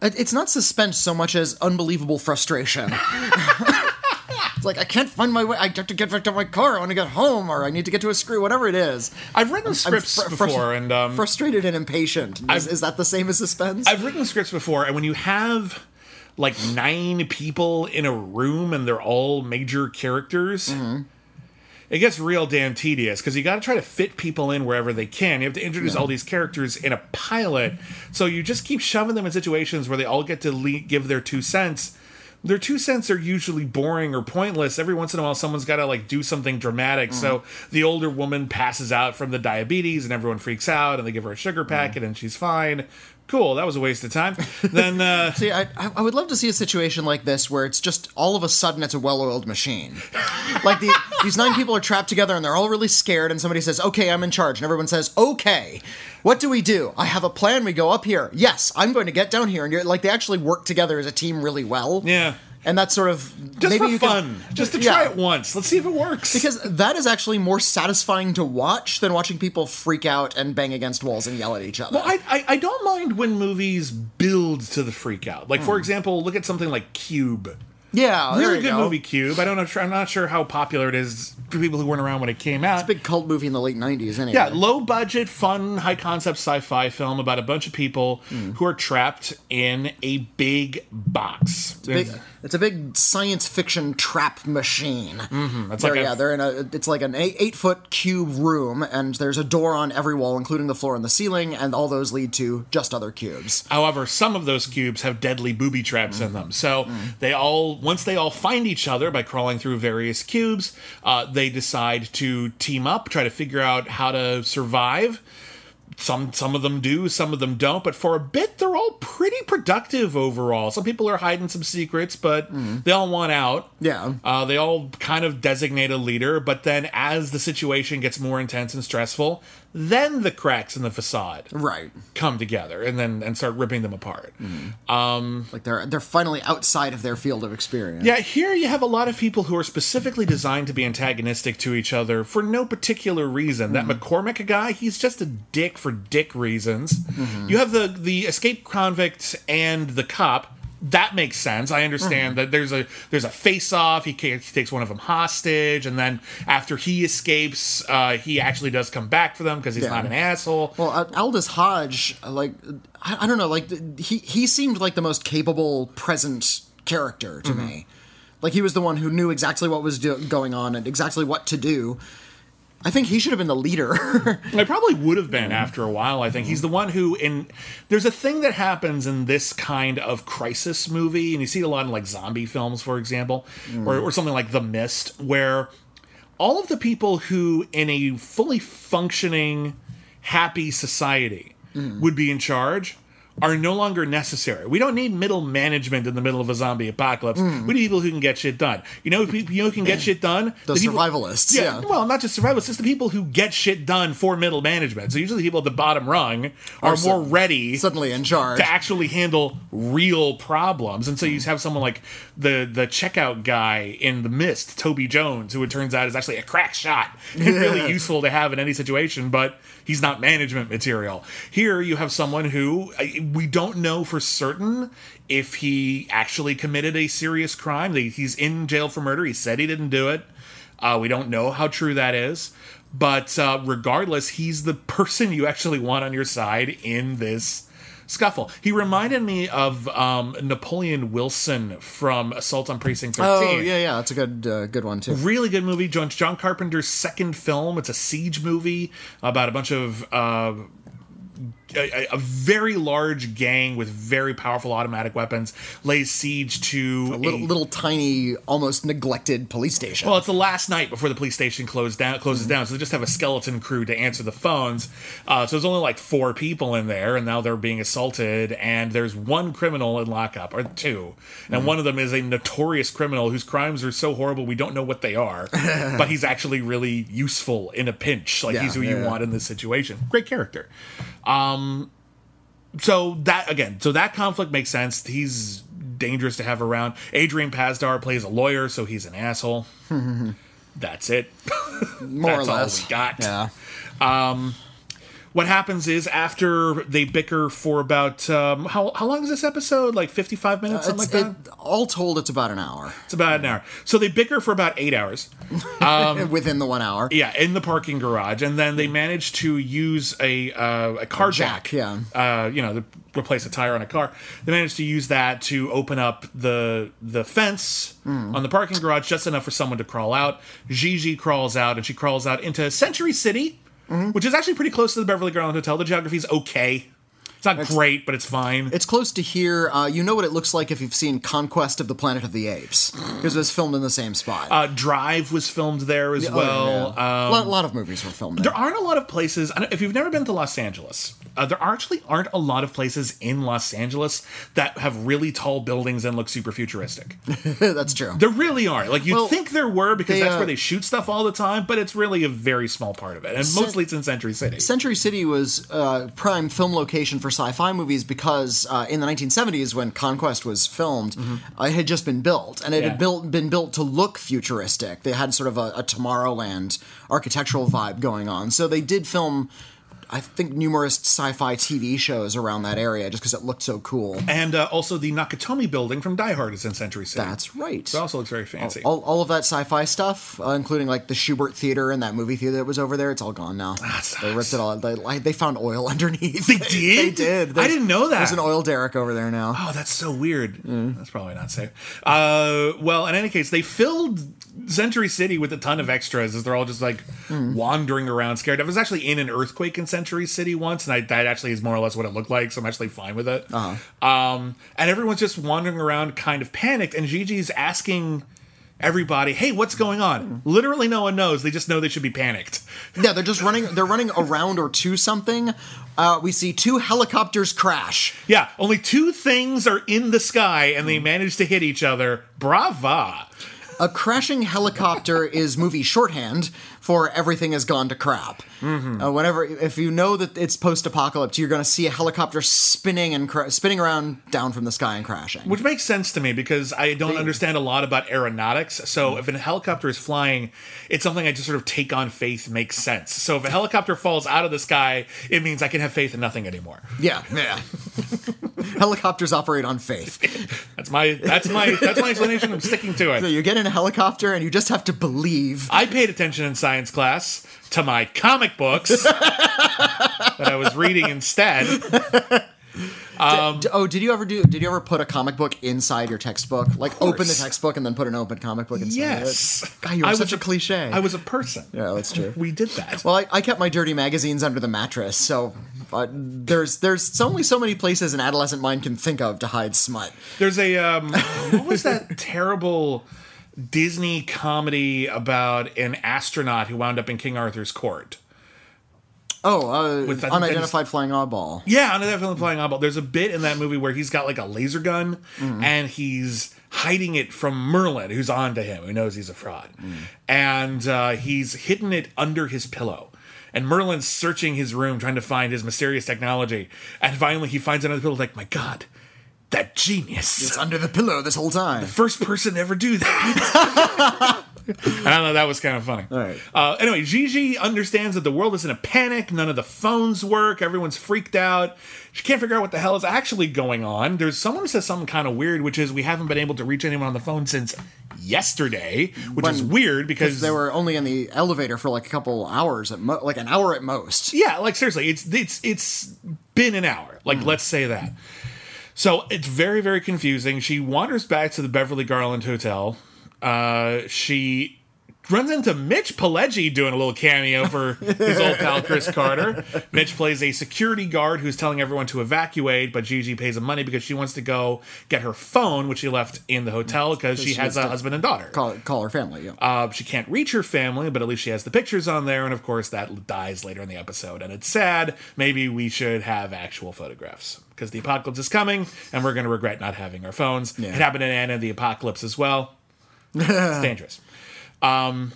[SPEAKER 2] It- It's not suspense so much as unbelievable frustration. [LAUGHS] it's like I can't find my way. I have to get back to my car. I want to get home, or I need to get to a screw. Whatever it is.
[SPEAKER 1] I've written
[SPEAKER 2] I'm
[SPEAKER 1] scripts
[SPEAKER 2] fr- frus-
[SPEAKER 1] before, and um,
[SPEAKER 2] frustrated and impatient. Is,
[SPEAKER 1] I've-
[SPEAKER 2] is that the same as suspense?
[SPEAKER 1] I've written scripts before, and when you have like nine people in a room and they're all major characters,
[SPEAKER 2] Mm-hmm.
[SPEAKER 1] it gets real damn tedious because you got to try to fit people in wherever they can. You have to introduce all these characters in a pilot, so you just keep shoving them in situations where they all get to le- give their two cents. Their two cents are usually boring or pointless. Every once in a while, someone's got to like do something dramatic. So
[SPEAKER 2] Mm.
[SPEAKER 1] the older woman passes out from the diabetes, and everyone freaks out, and they give her a sugar packet, and she's fine. Cool, that was a waste of time. then
[SPEAKER 2] [LAUGHS]
[SPEAKER 1] uh,
[SPEAKER 2] See, I, I I would love to see a situation like this where it's just all of a sudden it's a well-oiled machine. Like
[SPEAKER 1] [LAUGHS]
[SPEAKER 2] the, these nine people are trapped together and they're all really scared, and somebody says, "Okay, I'm in charge," and everyone says, "Okay." What do we do? I have a plan. We go up here. Yes, I'm going to get down here, and you're like they actually work together as a team really well.
[SPEAKER 1] Yeah.
[SPEAKER 2] and that's sort of
[SPEAKER 1] just
[SPEAKER 2] maybe
[SPEAKER 1] for
[SPEAKER 2] you
[SPEAKER 1] fun,
[SPEAKER 2] Can,
[SPEAKER 1] just to
[SPEAKER 2] Yeah.
[SPEAKER 1] try it once, let's see if it works.
[SPEAKER 2] Because that is actually more satisfying to watch than watching people freak out and bang against walls and yell at each other.
[SPEAKER 1] Well, I, I I don't mind when movies build to the freak out. Like for example, look at something like Cube.
[SPEAKER 2] yeah, Hmm. there
[SPEAKER 1] Really
[SPEAKER 2] you
[SPEAKER 1] good
[SPEAKER 2] go.
[SPEAKER 1] movie Cube. I don't know. I'm not sure how popular it is for people who weren't around when it came out.
[SPEAKER 2] Big cult movie in the late '90s, anyway.
[SPEAKER 1] Yeah, low budget, fun, high concept sci fi film about a bunch of people
[SPEAKER 2] Hmm.
[SPEAKER 1] who are trapped in a big box.
[SPEAKER 2] Big- it's a big science fiction trap machine. Mm-hmm.
[SPEAKER 1] That's
[SPEAKER 2] They're,
[SPEAKER 1] like a-
[SPEAKER 2] yeah, they're in a. It's like an eight, eight foot cube room, and there's a door on every wall, including the floor and the ceiling, and all those lead to just other cubes.
[SPEAKER 1] However, some of those cubes have deadly booby traps in them. So they all, once they all find each other by crawling through various cubes, uh, they decide to team up, try to figure out how to survive. Some some of them do, some of them don't. But for a bit, they're all pretty productive overall. Some people are hiding some secrets, but they all want out.
[SPEAKER 2] Yeah.
[SPEAKER 1] Uh, they all kind of designate a leader, but then as the situation gets more intense and stressful, then the cracks in the facade
[SPEAKER 2] Right.
[SPEAKER 1] come together and then and start ripping them apart.
[SPEAKER 2] Like they're they're finally outside of their field of experience.
[SPEAKER 1] Yeah, here you have a lot of people who are specifically designed to be antagonistic to each other for no particular reason.
[SPEAKER 2] Mm-hmm.
[SPEAKER 1] That McCormick guy, he's just a dick for dick reasons.
[SPEAKER 2] Mm-hmm.
[SPEAKER 1] You have the the escaped convict and the cop. That makes sense. I understand
[SPEAKER 2] Mm-hmm.
[SPEAKER 1] that there's a there's a face off. He, ca- he takes one of them hostage, and then after he escapes, uh, he actually does come back for them because he's
[SPEAKER 2] Yeah.
[SPEAKER 1] not an asshole.
[SPEAKER 2] Well, uh, Aldous Hodge, uh, like I, I don't know, like th- he he seemed like the most capable present character to me. Like he was the one who knew exactly what was do- going on and exactly what to do. I think he should have been the leader. [LAUGHS]
[SPEAKER 1] I probably would have been after a while. I think he's the one who in there's a thing that happens in this kind of crisis movie, and you see it a lot in like zombie films, for example, or or something like The Mist, where all of the people who in a fully functioning, happy society would be in charge are no longer necessary. We don't need middle management in the middle of a zombie apocalypse. We need people who can get shit done. You know, who- you know who can get shit done?
[SPEAKER 2] The
[SPEAKER 1] people-
[SPEAKER 2] survivalists, yeah.
[SPEAKER 1] well, not just survivalists, just the people who get shit done for middle management. So usually the people at the bottom rung are, more
[SPEAKER 2] Are sud-
[SPEAKER 1] ready
[SPEAKER 2] Suddenly in charge.
[SPEAKER 1] to actually handle real problems. And so you have someone like the the checkout guy in the mist, Toby Jones, who it turns out is actually a crack shot [LAUGHS] and really useful to have in any situation, but he's not management material. Here you have someone who uh, we don't know for certain if he actually committed a serious crime. They- He's in jail for murder. He said he didn't do it. Uh, we don't know how true that is. But uh, regardless, he's the person you actually want on your side in this scuffle. He reminded me of um, Napoleon Wilson from Assault on Precinct 13.
[SPEAKER 2] Oh yeah, yeah, that's a good uh, good one too.
[SPEAKER 1] Really good movie. John, John Carpenter's second film. It's a siege movie about a bunch of. Uh, a, a- a very large gang with very powerful automatic weapons lays siege to
[SPEAKER 2] A little, little tiny, almost neglected police station.
[SPEAKER 1] Well, it's the last night before the police station closed down, closes down, so they just have a skeleton crew to answer the phones. Uh, so there's only like four people in there, and now they're being assaulted. And there's one criminal in lockup, or two, and one of them is a notorious criminal whose crimes are so horrible we don't know what they are, but he's actually really useful in a pinch. Like
[SPEAKER 2] Yeah,
[SPEAKER 1] he's who
[SPEAKER 2] yeah,
[SPEAKER 1] you
[SPEAKER 2] yeah.
[SPEAKER 1] want in this situation. Great character. Um, so that again, so that conflict makes sense. He's dangerous to have around. Adrian Pazdar plays a lawyer, so he's an
[SPEAKER 2] [LAUGHS]
[SPEAKER 1] asshole that's it.
[SPEAKER 2] more
[SPEAKER 1] that's
[SPEAKER 2] or
[SPEAKER 1] all
[SPEAKER 2] less.
[SPEAKER 1] we got. Um,
[SPEAKER 2] Yeah.
[SPEAKER 1] What happens is after they bicker for about um, how how long is this episode? Like fifty five minutes, something
[SPEAKER 2] Uh, It's-
[SPEAKER 1] like
[SPEAKER 2] it-
[SPEAKER 1] that.
[SPEAKER 2] all told, it's about an hour.
[SPEAKER 1] It's about an hour. So they bicker for about eight hours.
[SPEAKER 2] Within the one hour.
[SPEAKER 1] Um, Yeah, in the parking garage, and then they manage to use a uh, a car jack.
[SPEAKER 2] Hmm. jack, yeah.
[SPEAKER 1] uh, you know, to replace a tire on a car. They managed to use that to open up the the fence
[SPEAKER 2] Hmm.
[SPEAKER 1] on the parking garage just enough for someone to crawl out. Gigi crawls out, and she crawls out into Century City,
[SPEAKER 2] Mm-hmm.
[SPEAKER 1] which is actually pretty close to the Beverly Garland Hotel. The geography's okay. It's not great, but it's fine.
[SPEAKER 2] It's close to here. Uh, you know what it looks like if you've seen Conquest of the Planet of the Apes, because it was filmed in the same spot.
[SPEAKER 1] uh, um, Drive was filmed there as
[SPEAKER 2] Oh, yeah,
[SPEAKER 1] well.
[SPEAKER 2] yeah. a lot, lot of movies were filmed there.
[SPEAKER 1] There aren't a lot of places. I don't- If you've never been to Los Angeles, uh, there actually aren't a lot of places in Los Angeles that have really tall buildings and look super futuristic.
[SPEAKER 2] [LAUGHS] That's true.
[SPEAKER 1] There really aren't. Like you'd
[SPEAKER 2] Well,
[SPEAKER 1] think there were because
[SPEAKER 2] they,
[SPEAKER 1] that's
[SPEAKER 2] uh,
[SPEAKER 1] where they shoot stuff all the time, but it's really a very small part of it, and mostly it's in Century City.
[SPEAKER 2] Century City was uh, prime film location for sci-fi movies because uh, in the 1970s, when Conquest was filmed, uh, it had just been built, and it
[SPEAKER 1] Mm-hmm. Yeah.
[SPEAKER 2] had built been built to look futuristic. They had sort of a, a Tomorrowland architectural vibe going on, so they did film. I think numerous sci-fi TV shows around that area just because it looked so cool.
[SPEAKER 1] and uh, also the Nakatomi Building from Die Hard is in Century City.
[SPEAKER 2] That's right.
[SPEAKER 1] It also looks very fancy.
[SPEAKER 2] all, all of that sci-fi stuff, uh, including like the Schubert Theater and that movie theater that was over there, it's all gone now.
[SPEAKER 1] Ah,
[SPEAKER 2] They ripped it all. They, like, they found oil [LAUGHS] underneath. They they
[SPEAKER 1] did?
[SPEAKER 2] did.
[SPEAKER 1] I didn't know that.
[SPEAKER 2] There's an oil derrick over there now.
[SPEAKER 1] Oh, that's so weird. That's probably not safe. Uh, well, in any case, they filled Century City with a ton of extras as they're all just like wandering around scared. I was actually in an earthquake in Century City once, and I, that actually is more or less what it looked like, so I'm actually fine with it. Uh-huh. Um, and everyone's just wandering around kind of panicked, and Gigi's asking everybody, hey, what's going on? Literally no one knows. They just know they should be panicked.
[SPEAKER 2] Yeah, they're just running. They're running around or to something. Uh, we see two helicopters crash.
[SPEAKER 1] Yeah, only two things are in the sky, and they manage to hit each other. Brava.
[SPEAKER 2] A
[SPEAKER 1] [LAUGHS]
[SPEAKER 2] crashing helicopter is movie shorthand for everything has gone to crap.
[SPEAKER 1] Mm-hmm.
[SPEAKER 2] Uh, whenever, if you know that it's post-apocalypse, you're going to see a helicopter spinning and cra- spinning around down from the sky and crashing.
[SPEAKER 1] Which makes sense to me because I don't understand a lot about aeronautics.
[SPEAKER 2] Mm-hmm.
[SPEAKER 1] So if a helicopter is flying, it's something I just sort of take on faith makes sense. So if a helicopter falls out of the sky, it means I can have faith in nothing anymore.
[SPEAKER 2] yeah, yeah. [LAUGHS] Helicopters operate on faith.
[SPEAKER 1] That's my that's my that's my explanation. I'm sticking to
[SPEAKER 2] [LAUGHS] So
[SPEAKER 1] it.
[SPEAKER 2] you get in a helicopter and you just have to believe.
[SPEAKER 1] I paid attention in science class to my comic
[SPEAKER 2] [LAUGHS]
[SPEAKER 1] books that I was reading instead. Um,
[SPEAKER 2] D- oh, did you ever do? Did you ever put a comic book inside your textbook? Like open the
[SPEAKER 1] course.
[SPEAKER 2] textbook and then put an open comic book inside it.
[SPEAKER 1] Yes.
[SPEAKER 2] God, you were
[SPEAKER 1] I was
[SPEAKER 2] such a cliche.
[SPEAKER 1] I was a person.
[SPEAKER 2] Yeah, that's true.
[SPEAKER 1] We did that.
[SPEAKER 2] Well, I, I kept my dirty magazines under the mattress, so uh, there's there's only so many places an adolescent mind can think of to hide smut.
[SPEAKER 1] There's a um, what was that terrible Disney comedy about an astronaut who wound up in King Arthur's court?
[SPEAKER 2] Oh, uh,
[SPEAKER 1] With that-
[SPEAKER 2] unidentified flying oddball.
[SPEAKER 1] Yeah, under that film flying oddball. There's a bit in that movie where he's got like a laser gun and he's hiding it from Merlin, who's on to him, who knows he's a fraud, and uh, he's hidden it under his pillow. And Merlin's searching his room trying to find his mysterious technology, and finally he finds another pillow. Like, my God, that genius!
[SPEAKER 2] It's under the pillow this whole time.
[SPEAKER 1] first person to ever do that.
[SPEAKER 2] [LAUGHS]
[SPEAKER 1] I don't know. That was kind of funny. All
[SPEAKER 2] right.
[SPEAKER 1] Uh, anyway, Gigi understands that the world is in a panic. None of the phones work. Everyone's freaked out. She can't figure out what the hell is actually going on. There's someone says something kind of weird, which is we haven't been able to reach anyone on the phone since yesterday, which is
[SPEAKER 2] When-
[SPEAKER 1] weird because
[SPEAKER 2] They were only in the elevator for like a couple hours, at mo- like an hour at most.
[SPEAKER 1] Yeah, like seriously, it's it's it's been an hour. Like let's say that. So it's very very confusing. She wanders back to the Beverly Garland Hotel. Uh, she runs into Mitch Pileggi doing a little cameo [LAUGHS] for his old pal Chris Carter. Mitch plays a security guard who's telling everyone to evacuate, but Gigi pays him money because she wants to go get her phone, which she left in the hotel because she,
[SPEAKER 2] she
[SPEAKER 1] has
[SPEAKER 2] has
[SPEAKER 1] a
[SPEAKER 2] to-
[SPEAKER 1] husband and daughter.
[SPEAKER 2] Call, call her family. Yeah.
[SPEAKER 1] Uh, she can't reach her family, but at least she has the pictures on there. And of course, that dies later in the episode. And it's sad. Maybe we should have actual photographs because the apocalypse is coming and we're going to regret not having our phones. It happened in Anna the Apocalypse as
[SPEAKER 2] [LAUGHS]
[SPEAKER 1] well. it's dangerous.
[SPEAKER 2] Mm.
[SPEAKER 1] Um,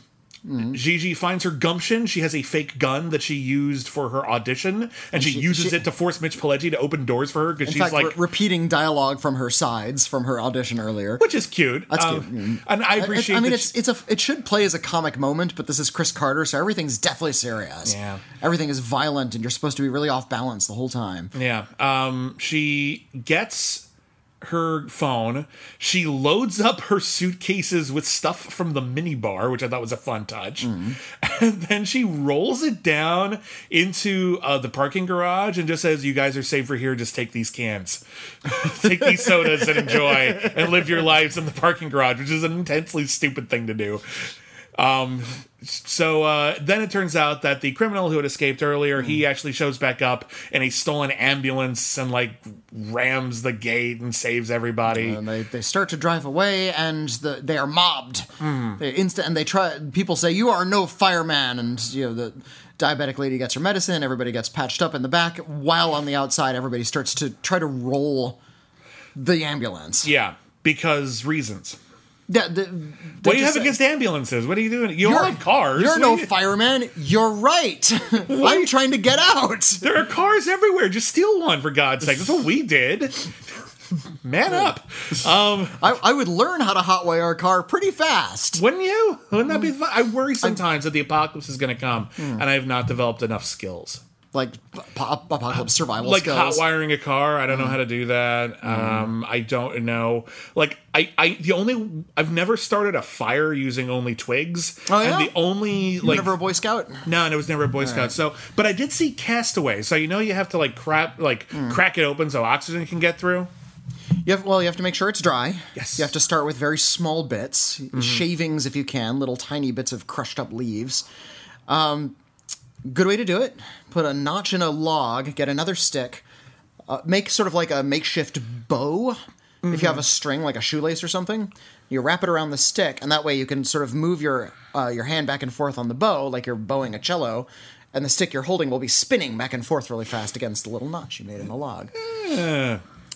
[SPEAKER 1] Gigi finds her gumption. She has a fake gun that she used for her audition, and, she, uses
[SPEAKER 2] she-
[SPEAKER 1] it to force Mitch Pileggi to open doors for her because
[SPEAKER 2] in
[SPEAKER 1] she's
[SPEAKER 2] fact,
[SPEAKER 1] like,
[SPEAKER 2] re- repeating dialogue from her sides from her audition earlier.
[SPEAKER 1] which is cute.
[SPEAKER 2] That's
[SPEAKER 1] Um,
[SPEAKER 2] cute. Mm.
[SPEAKER 1] And I appreciate.
[SPEAKER 2] I, I mean,
[SPEAKER 1] that
[SPEAKER 2] it's it's a it should play as a comic moment, but this is Chris Carter, so everything's deathly serious.
[SPEAKER 1] Yeah.
[SPEAKER 2] everything is violent, and you're supposed to be really off balance the whole time.
[SPEAKER 1] Yeah. Um, she gets her phone. She loads up her suitcases with stuff from the minibar, which I thought was a fun touch. [LAUGHS] And then she rolls it down into uh, the parking garage and just says, You guys are safer here. Just take these cans, [LAUGHS] take these sodas and enjoy and live your lives in the parking garage, which is an intensely stupid thing to do. Um, so uh, then it turns out that the criminal who had escaped earlier,
[SPEAKER 2] Hmm.
[SPEAKER 1] he actually shows back up in a stolen ambulance and like rams the gate and saves everybody.
[SPEAKER 2] And they, they start to drive away, and the, they are mobbed.
[SPEAKER 1] Mm-hmm.
[SPEAKER 2] They instant, and they try. People say, "You are no fireman," and you know the diabetic lady gets her medicine. Everybody gets patched up in the back, while on the outside, everybody starts to try to roll the ambulance.
[SPEAKER 1] yeah, because reasons.
[SPEAKER 2] Yeah, the- they
[SPEAKER 1] What do you have
[SPEAKER 2] just say-
[SPEAKER 1] against ambulances? What are you doing? You all have cars.
[SPEAKER 2] You're
[SPEAKER 1] What
[SPEAKER 2] no
[SPEAKER 1] do you-
[SPEAKER 2] fireman. You're right. [LAUGHS] I'm trying to get out.
[SPEAKER 1] There are cars everywhere. Just steal one for God's sake. That's what we
[SPEAKER 2] [LAUGHS]
[SPEAKER 1] did. Man up.
[SPEAKER 2] Hmm.
[SPEAKER 1] Um,
[SPEAKER 2] I, I would learn how to hotwire our car pretty fast.
[SPEAKER 1] wouldn't you? Wouldn't that
[SPEAKER 2] Hmm.
[SPEAKER 1] be fun? I worry sometimes that the apocalypse is going to come, and I have not developed enough skills.
[SPEAKER 2] Like p- pop, apocalypse survival
[SPEAKER 1] like hot
[SPEAKER 2] skills.
[SPEAKER 1] wiring a car. I don't know how to do that. Um, I don't know. Like I, I the only I've never started a fire using only twigs.
[SPEAKER 2] Oh, yeah?
[SPEAKER 1] And the only like
[SPEAKER 2] Never a Boy Scout.
[SPEAKER 1] no, and it was never a Boy Scout. So, but I did see Castaway. So you know you have to like crap like crack it open so oxygen can get through.
[SPEAKER 2] You have, well, you have to make sure it's dry.
[SPEAKER 1] Yes. Mm-hmm.
[SPEAKER 2] You have to start with very small bits, shavings if you can, little tiny bits of crushed up leaves. Um, good way to do it. Put a notch in a log. Get another stick. Uh, make sort of like a makeshift bow. If you
[SPEAKER 1] Mm-hmm.
[SPEAKER 2] have a string, like a shoelace or something, you wrap it around the stick, and that way you can sort of move your uh, your hand back and forth on the bow, like you're bowing a cello. And the stick you're holding will be spinning back and forth really fast against the little notch you made in the log.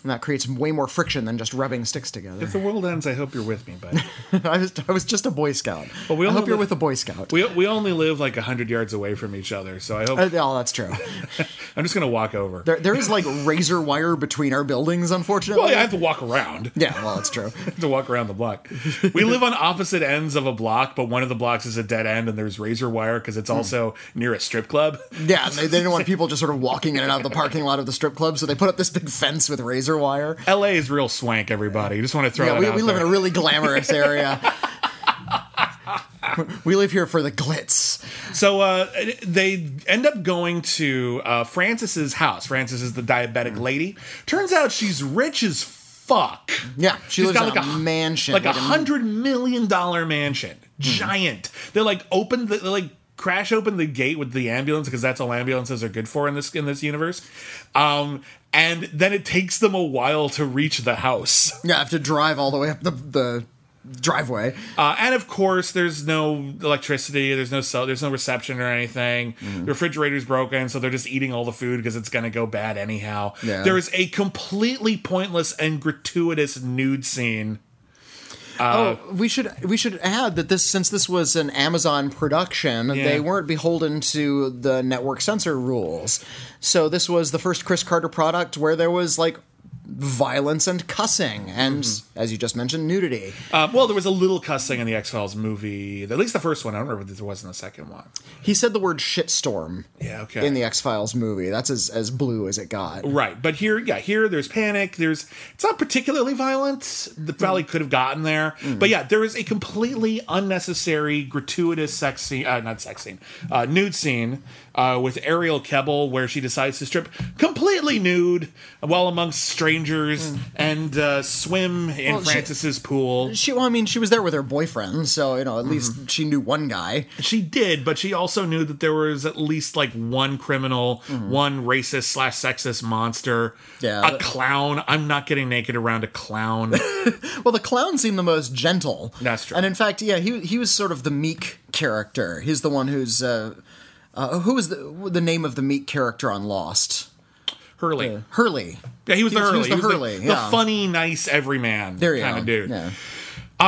[SPEAKER 2] And that creates way more friction than just rubbing sticks together. [LAUGHS]
[SPEAKER 1] If the world ends, I hope you're with me, buddy.
[SPEAKER 2] I was I was just a Boy Scout.
[SPEAKER 1] Well, we
[SPEAKER 2] I
[SPEAKER 1] all
[SPEAKER 2] hope
[SPEAKER 1] know
[SPEAKER 2] you're
[SPEAKER 1] that-
[SPEAKER 2] with a Boy
[SPEAKER 1] [LAUGHS]
[SPEAKER 2] Scout.
[SPEAKER 1] we, we only live like 100 yards away from each other, so I hope.
[SPEAKER 2] Uh, oh, that's true.
[SPEAKER 1] I'm just going to walk over.
[SPEAKER 2] There, there is like razor wire between our buildings, unfortunately.
[SPEAKER 1] well, yeah, I have to walk around.
[SPEAKER 2] yeah, well, it's true.
[SPEAKER 1] I have [LAUGHS] to walk around the block. We live on opposite ends of a block, but one of the blocks is a dead end, and there's razor wire because
[SPEAKER 2] Hmm.
[SPEAKER 1] it's also near a strip club.
[SPEAKER 2] Yeah, and they, they didn't want people just sort of walking in and out of the parking lot of the strip club, so they put up this big fence with razor wire.
[SPEAKER 1] LA is real swank, everybody. Just want to throw
[SPEAKER 2] Yeah,
[SPEAKER 1] that
[SPEAKER 2] we,
[SPEAKER 1] out
[SPEAKER 2] we live in
[SPEAKER 1] there.
[SPEAKER 2] a really glamorous area. we live here for the glitz.
[SPEAKER 1] So uh, they end up going to uh, Francis's house. Francis is the
[SPEAKER 2] Hmm.
[SPEAKER 1] diabetic lady. Turns out she's rich as fuck.
[SPEAKER 2] Yeah, she
[SPEAKER 1] She's
[SPEAKER 2] lives
[SPEAKER 1] got
[SPEAKER 2] in
[SPEAKER 1] like
[SPEAKER 2] a,
[SPEAKER 1] a-
[SPEAKER 2] mansion,
[SPEAKER 1] like a
[SPEAKER 2] a- Hmm.
[SPEAKER 1] hundred million dollar mansion, giant. They like open the they like crash open the gate with the ambulance because that's all ambulances are good for in this in this universe. Um, and then it takes them a while to reach the house.
[SPEAKER 2] [LAUGHS] Yeah, I have to drive all the way up the, the driveway.
[SPEAKER 1] Uh, and of course, there's no electricity, there's no cell, there's no reception or anything.
[SPEAKER 2] Hmm.
[SPEAKER 1] The refrigerator's broken, so they're just eating all the food because it's gonna go bad anyhow.
[SPEAKER 2] Yeah.
[SPEAKER 1] There is a completely pointless and gratuitous nude scene.
[SPEAKER 2] we should we should add that this since this was an Amazon production, they weren't beholden to the network censor rules. So this was the first Chris Carter product where there was like violence and cussing and
[SPEAKER 1] Mm-hmm.
[SPEAKER 2] as you just mentioned nudity.
[SPEAKER 1] Uh, well, there was a little cussing in the X Files movie, at least the first one. I don't remember if there was in the second one.
[SPEAKER 2] He said the word shitstorm
[SPEAKER 1] Yeah, okay.
[SPEAKER 2] in the X-Files movie. That's as as blue as it got.
[SPEAKER 1] Right, but here, yeah, here there's panic. There's it's not particularly violent. The
[SPEAKER 2] Mm.
[SPEAKER 1] probably could have gotten there, but yeah, there is a completely unnecessary, gratuitous sex scene, uh, not sex scene, uh, nude scene uh, with Ariel Kebble, where she decides to strip completely nude while amongst strangers and uh, swim in
[SPEAKER 2] Mm. Well, she-
[SPEAKER 1] Francis's pool.
[SPEAKER 2] She well, I mean, she was there with her boyfriend, so you know,
[SPEAKER 1] Mm-hmm.
[SPEAKER 2] at least she knew one guy.
[SPEAKER 1] She did, but she also knew that there was at least like one criminal, one racist slash sexist monster,
[SPEAKER 2] Mm-hmm. Yeah.
[SPEAKER 1] a clown. I'm not getting naked around a
[SPEAKER 2] [LAUGHS]
[SPEAKER 1] clown.
[SPEAKER 2] Well, the clown seemed the most gentle.
[SPEAKER 1] That's true.
[SPEAKER 2] And in fact, yeah, he he was sort of the meek character. He's the one who's uh, uh, who was the, the name of the meek character on Lost?
[SPEAKER 1] Hurley.
[SPEAKER 2] Hurley.
[SPEAKER 1] Yeah, he was the
[SPEAKER 2] He
[SPEAKER 1] Hurley.
[SPEAKER 2] was- he was the Hurley,
[SPEAKER 1] the,
[SPEAKER 2] yeah.
[SPEAKER 1] funny, nice everyman
[SPEAKER 2] There you
[SPEAKER 1] kind
[SPEAKER 2] go.
[SPEAKER 1] of dude. Um,
[SPEAKER 2] Yeah.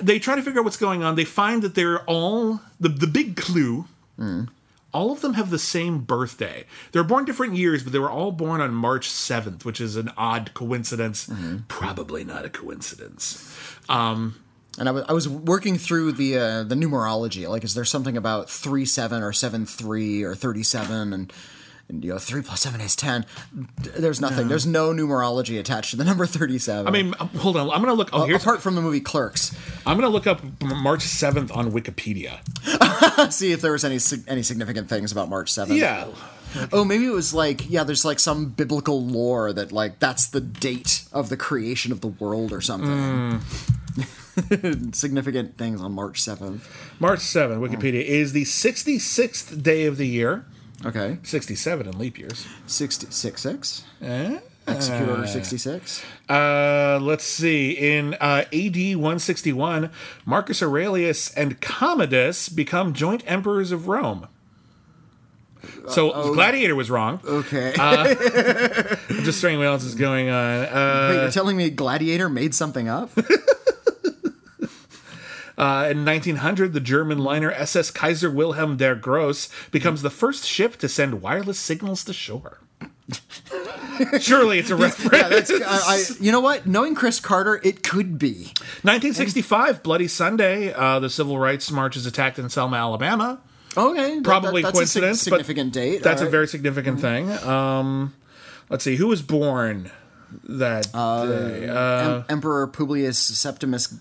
[SPEAKER 1] They try to figure out what's going on. They find that they're all the the big clue.
[SPEAKER 2] Mm.
[SPEAKER 1] All of them have the same birthday. They were born different years, but they were all born on March 7th, which is an odd coincidence.
[SPEAKER 2] Mm-hmm.
[SPEAKER 1] Probably not a coincidence. Um,
[SPEAKER 2] And I was, I was working through the uh, the numerology. Like, is there something about three seven or seven three or thirty seven and and you know three plus seven is ten? D- There's nothing. There's no numerology attached to the number thirty seven.
[SPEAKER 1] I mean, hold on. I'm going to look. Oh, here's
[SPEAKER 2] Uh, apart from the movie Clerks, [LAUGHS]
[SPEAKER 1] I'm gonna look up March seventh on Wikipedia.
[SPEAKER 2] see if there was any sig- any significant things about March seventh.
[SPEAKER 1] Yeah,
[SPEAKER 2] Oh, maybe it was like yeah. There's like some biblical lore that like that's the date of the creation of the world or something. Mm. [LAUGHS] Significant things on March seventh.
[SPEAKER 1] March seventh. Wikipedia is the sixty sixth day of the year.
[SPEAKER 2] Okay,
[SPEAKER 1] Sixty seven in leap years.
[SPEAKER 2] sixty six six. Eh. Execute Order sixty six.
[SPEAKER 1] Uh, let's see. In uh, AD one sixty one, Marcus Aurelius and Commodus become joint emperors of Rome. So Gladiator was wrong.
[SPEAKER 2] Okay,
[SPEAKER 1] I'm just saying what else is going on. Uh,
[SPEAKER 2] [LAUGHS] Wait, you're telling me Gladiator made something up?
[SPEAKER 1] Uh, in 1900, the German liner SS Kaiser Wilhelm der Gross becomes the first ship to send wireless signals to shore. [LAUGHS] Surely it's a reference.
[SPEAKER 2] yeah, that's. I,
[SPEAKER 1] [LAUGHS]
[SPEAKER 2] I, you know what? Knowing Chris Carter, it could be.
[SPEAKER 1] 1965, Bloody Sunday. Uh, the Civil Rights March is attacked in Selma, Alabama.
[SPEAKER 2] Okay, that-
[SPEAKER 1] Probably
[SPEAKER 2] that- that's
[SPEAKER 1] coincidence,
[SPEAKER 2] A sig-
[SPEAKER 1] but
[SPEAKER 2] significant date.
[SPEAKER 1] That's
[SPEAKER 2] all
[SPEAKER 1] a
[SPEAKER 2] right. Mm-hmm.
[SPEAKER 1] very significant thing. Um, let's see, who was born that day? Uh,
[SPEAKER 2] Em- Emperor Publius Septimus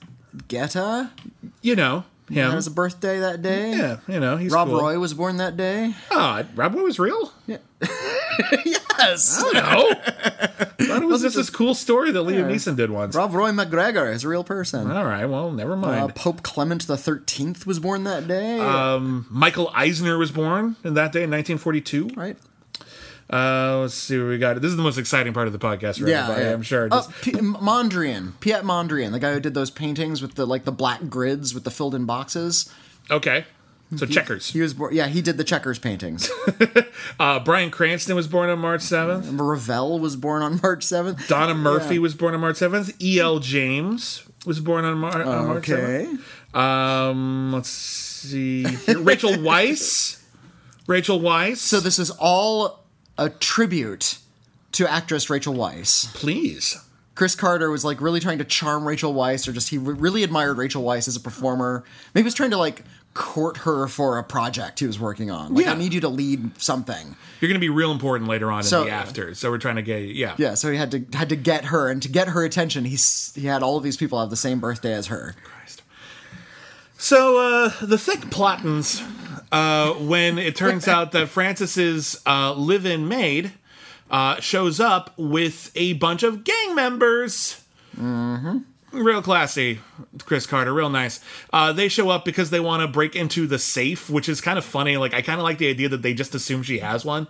[SPEAKER 2] Geta
[SPEAKER 1] you know,
[SPEAKER 2] had
[SPEAKER 1] him.
[SPEAKER 2] his birthday that day.
[SPEAKER 1] Yeah, you know, he's
[SPEAKER 2] Rob
[SPEAKER 1] cool.
[SPEAKER 2] Roy was born that day.
[SPEAKER 1] Ah, Rob Roy was real?
[SPEAKER 2] Yes. [LAUGHS]
[SPEAKER 1] No. I thought it was just this cool story that Liam Neeson did once.
[SPEAKER 2] Rob Roy McGregor is a real person.
[SPEAKER 1] All right, well, never
[SPEAKER 2] Uh,
[SPEAKER 1] mind.
[SPEAKER 2] Pope Clement the Thirteenth was born that day.
[SPEAKER 1] Uh, Michael Eisner was born in that day in 1942.
[SPEAKER 2] right?
[SPEAKER 1] Uh, let's see what we got. This is the most exciting part of the podcast, right?
[SPEAKER 2] Yeah,
[SPEAKER 1] everybody,
[SPEAKER 2] yeah.
[SPEAKER 1] I'm sure.
[SPEAKER 2] Oh,
[SPEAKER 1] Just-
[SPEAKER 2] P- Mondrian, Piet Mondrian, the guy who did those paintings with the like the black grids with the filled in boxes.
[SPEAKER 1] okay. So checkers.
[SPEAKER 2] He was born. Yeah, he did the
[SPEAKER 1] [LAUGHS]
[SPEAKER 2] Checkers paintings.
[SPEAKER 1] Uh, Brian Cranston was born on March 7th.
[SPEAKER 2] Ravel was born on March seventh.
[SPEAKER 1] Donna Murphy was born on March 7th. E.L. James was born on, Mar- on March 7th.
[SPEAKER 2] Okay.
[SPEAKER 1] Um, let's see. here.
[SPEAKER 2] [LAUGHS]
[SPEAKER 1] Rachel Weiss. Rachel Weiss.
[SPEAKER 2] So this is all a tribute to actress Rachel Weisz.
[SPEAKER 1] please.
[SPEAKER 2] Chris Carter was like really trying to charm Rachel Weisz, or just he re- really admired Rachel Weisz as a performer. Maybe he was trying to like court her for a project he was working on. Like,
[SPEAKER 1] Yeah.
[SPEAKER 2] I need you to lead something.
[SPEAKER 1] You're going to be real important later on
[SPEAKER 2] So-
[SPEAKER 1] in the after. So we're trying to get yeah.
[SPEAKER 2] Yeah, so he had to had to get her, and to get her attention, he s- he had all of these people have the same birthday as her.
[SPEAKER 1] So uh, the thick plottins uh, when it turns out that Francis's uh, live-in maid uh, shows up with a bunch of gang members. Mm-hmm. Real classy, Chris Carter. Real nice. Uh, they show up because they want to break into the safe, which is kind of funny. Like I kind of like the idea that they just assume she has one.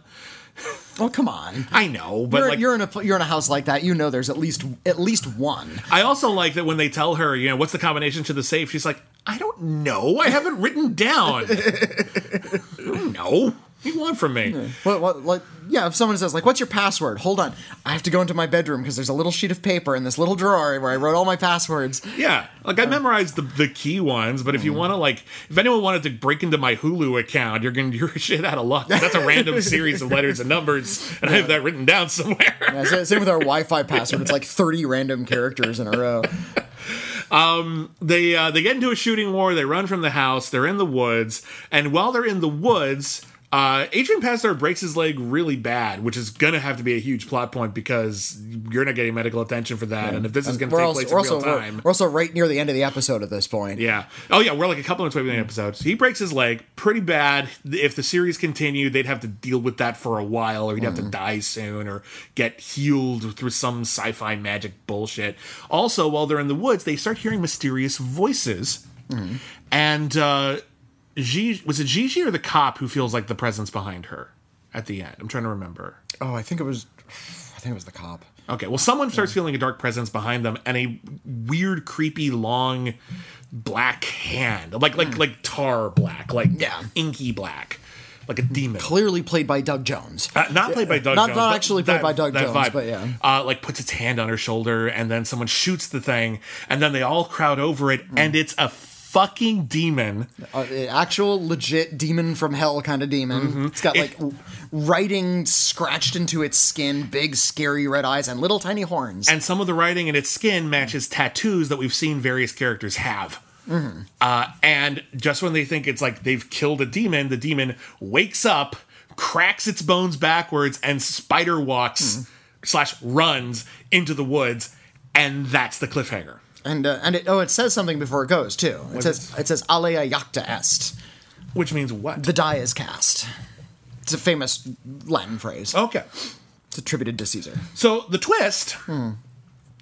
[SPEAKER 2] Oh come on!
[SPEAKER 1] I know, but
[SPEAKER 2] you're,
[SPEAKER 1] like
[SPEAKER 2] you're in a pl- you're in a house like that. You know, there's at least at least one.
[SPEAKER 1] I also like that when they tell her, you know, what's the combination to the safe, she's like, I don't know. I haven't written down. [LAUGHS] no. What do you want from me?
[SPEAKER 2] What, what, like, yeah, if someone says, like, what's your password? Hold on. I have to go into my bedroom because there's a little sheet of paper in this little drawer where I wrote all my passwords.
[SPEAKER 1] Yeah. Like, I memorized the, the key ones, but if you want to, like, if anyone wanted to break into my Hulu account, you're going to, [LAUGHS] you're shit out of luck. That's a random series of letters and numbers, and I have that written down somewhere.
[SPEAKER 2] Yeah, sa- same with our Wi Fi password. It's like 30 random characters in a row.
[SPEAKER 1] they uh, they get into a shooting war. They run from the house. They're in the woods, and while they're in the woods, uh, Adrian Pastor breaks his leg really bad, which is gonna have to be a huge plot point because you're not getting medical attention for that. And if this is gonna
[SPEAKER 2] We're
[SPEAKER 1] take
[SPEAKER 2] also,
[SPEAKER 1] place in
[SPEAKER 2] we're,
[SPEAKER 1] real
[SPEAKER 2] also,
[SPEAKER 1] time,
[SPEAKER 2] we're, we're also right near the end of the episode at this point.
[SPEAKER 1] yeah. Oh yeah, we're like a couple minutes away from the episodes. He breaks his leg pretty bad. If the series continued, they'd have to deal with that for a while, or he'd have to die soon, or get healed through some sci-fi magic bullshit. Also, while they're in the woods, they start hearing mysterious voices, and uh, Gigi, was it Gigi or the cop who feels like the presence behind her at the end? I'm trying to remember.
[SPEAKER 2] Oh, I think it was. I think it was the cop.
[SPEAKER 1] Okay, well, someone starts feeling a dark presence behind them, and a weird, creepy, long, black hand, like like like tar black, like
[SPEAKER 2] Hmm. Yeah.
[SPEAKER 1] inky black, like a demon.
[SPEAKER 2] Clearly played by Doug Jones.
[SPEAKER 1] Uh, not played by Doug
[SPEAKER 2] Not-
[SPEAKER 1] Jones.
[SPEAKER 2] not
[SPEAKER 1] but
[SPEAKER 2] actually played
[SPEAKER 1] that-
[SPEAKER 2] by Doug
[SPEAKER 1] that
[SPEAKER 2] Jones, but yeah.
[SPEAKER 1] Uh, like puts its hand on her shoulder, and then someone shoots the thing, and then they all crowd over it,
[SPEAKER 2] Hmm.
[SPEAKER 1] and it's a fucking demon.
[SPEAKER 2] Uh, the actual legit demon from hell kind of demon.
[SPEAKER 1] Mm-hmm.
[SPEAKER 2] It's got like w- writing scratched into its skin, big scary red eyes, and little tiny horns.
[SPEAKER 1] and some of the writing in its skin matches tattoos that we've seen various characters have. Uh, and just when they think it's like they've killed a demon, the demon wakes up, cracks its bones backwards, and spider walks slash runs into the woods, and that's the cliffhanger.
[SPEAKER 2] And uh, and it, oh, it says something before it goes too. It says it says Alea Jacta Est.
[SPEAKER 1] Which means what?
[SPEAKER 2] The die is cast. It's a famous Latin phrase.
[SPEAKER 1] okay.
[SPEAKER 2] It's attributed to Caesar.
[SPEAKER 1] So the twist,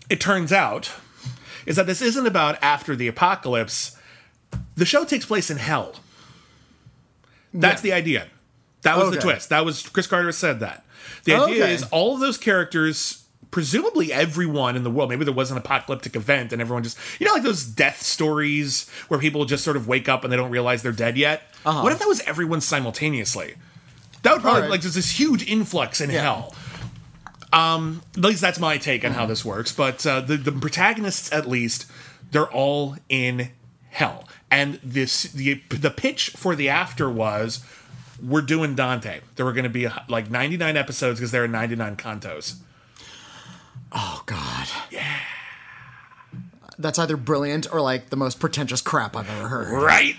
[SPEAKER 1] it turns out, is that this isn't about after the apocalypse. The show takes place in hell. That's the idea. That was the
[SPEAKER 2] Okay.
[SPEAKER 1] twist. That was Chris Carter said that. The idea
[SPEAKER 2] Okay.
[SPEAKER 1] is all of those characters, presumably everyone in the world, maybe there was an apocalyptic event and everyone just, you know, like those death stories where people just sort of wake up and they don't realize they're dead yet.
[SPEAKER 2] Uh-huh.
[SPEAKER 1] What if that was everyone simultaneously? That would probably
[SPEAKER 2] Alright.
[SPEAKER 1] like there's this huge influx in hell. Um, at least that's my take on how this works. But uh, the the protagonists, at least, they're all in hell. And this the the pitch for the after was we're doing Dante. There were going to be uh, like 99 episodes because there are 99 cantos.
[SPEAKER 2] Oh God. Yeah. That's either brilliant or like the most pretentious crap I've ever heard.
[SPEAKER 1] Right.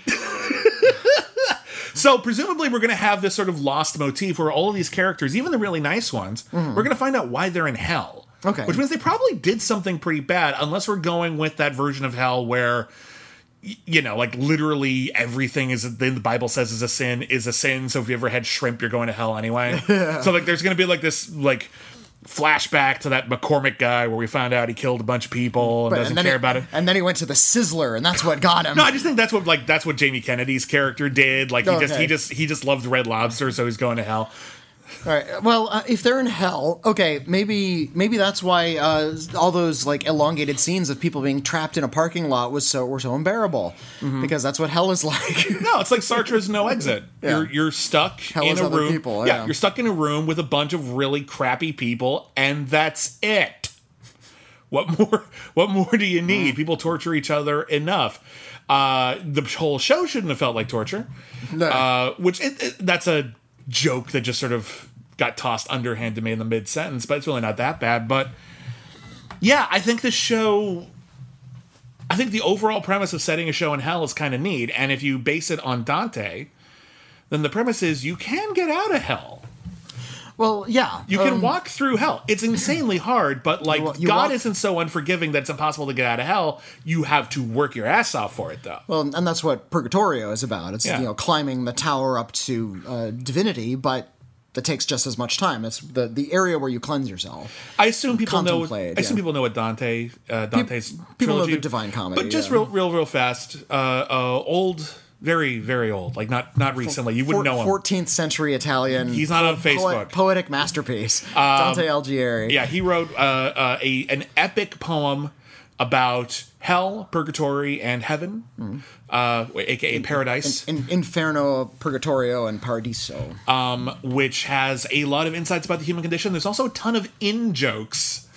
[SPEAKER 1] so presumably we're going to have this sort of lost motif where all of these characters, even the really nice ones, we're going to find out why they're in hell.
[SPEAKER 2] Mm-hmm. Okay.
[SPEAKER 1] Which means they probably did something pretty bad, unless we're going with that version of hell where. y- You know, like literally everything is then the Bible says is a sin is a sin. So if you ever had shrimp, you're going to hell
[SPEAKER 2] [LAUGHS]
[SPEAKER 1] anyway. So like, there's going to be like this like flashback to that McCormick guy where we found out he killed a bunch of people and
[SPEAKER 2] But-
[SPEAKER 1] doesn't
[SPEAKER 2] then
[SPEAKER 1] care
[SPEAKER 2] he,
[SPEAKER 1] about it.
[SPEAKER 2] And then he went to the Sizzler, and that's what got
[SPEAKER 1] [LAUGHS]
[SPEAKER 2] him.
[SPEAKER 1] No, I just think that's what like that's what Jamie Kennedy's character did. Like he just
[SPEAKER 2] Oh, Okay.
[SPEAKER 1] he just he just loved Red Lobster, so he's going to hell.
[SPEAKER 2] All right. Well, uh, if they're in hell, okay, maybe maybe that's why uh, all those like elongated scenes of people being trapped in a parking lot was so were so unbearable
[SPEAKER 1] Mm-hmm.
[SPEAKER 2] because that's what hell is like. [LAUGHS]
[SPEAKER 1] No, it's like Sartre's no exit. You're you're stuck
[SPEAKER 2] Hell
[SPEAKER 1] in
[SPEAKER 2] is
[SPEAKER 1] a
[SPEAKER 2] other
[SPEAKER 1] room.
[SPEAKER 2] people,
[SPEAKER 1] yeah.
[SPEAKER 2] yeah.
[SPEAKER 1] you're stuck in a room with a bunch of really crappy people, and that's it. What more? [LAUGHS] What more do you
[SPEAKER 2] Mm.
[SPEAKER 1] need? People torture each other enough. Uh, the whole show shouldn't have felt like torture.
[SPEAKER 2] No.
[SPEAKER 1] Uh, which it, it- that's a joke that just sort of got tossed underhand to me in the mid sentence, but it's really not that bad. But yeah, I think this show. I think the overall premise of setting a show in hell is kind of neat, and if you base it on Dante, then the premise is you can get out of hell.
[SPEAKER 2] well, yeah.
[SPEAKER 1] You can
[SPEAKER 2] um,
[SPEAKER 1] walk through hell. It's insanely hard, but like
[SPEAKER 2] wa- you
[SPEAKER 1] God
[SPEAKER 2] walk-
[SPEAKER 1] isn't so unforgiving that it's impossible to get out of hell. You have to work your ass off for it, though.
[SPEAKER 2] Well, and that's what Purgatorio is about. It's
[SPEAKER 1] Yeah.
[SPEAKER 2] you know climbing the tower up to uh, divinity, but that takes just as much time. It's the the area where you cleanse yourself.
[SPEAKER 1] I assume people know. I
[SPEAKER 2] Contemplate,
[SPEAKER 1] assume
[SPEAKER 2] yeah.
[SPEAKER 1] people know what Dante uh, Dante's
[SPEAKER 2] people know
[SPEAKER 1] trilogy-
[SPEAKER 2] the Divine Comedy,
[SPEAKER 1] But just
[SPEAKER 2] yeah.
[SPEAKER 1] real, real, real fast. Uh, uh, old, very, very old. Like not not recently. You wouldn't know him.
[SPEAKER 2] Fourteenth century Italian.
[SPEAKER 1] He's not on Facebook. Um,
[SPEAKER 2] poet- poetic masterpiece. Dante Alighieri.
[SPEAKER 1] Yeah, he wrote uh, uh, a an epic poem about hell, purgatory, and heaven,
[SPEAKER 2] Hmm.
[SPEAKER 1] uh, aka paradise.
[SPEAKER 2] In, Inferno, Purgatorio, and Paradiso.
[SPEAKER 1] um, which has a lot of insights about the human condition. There's also a ton of in jokes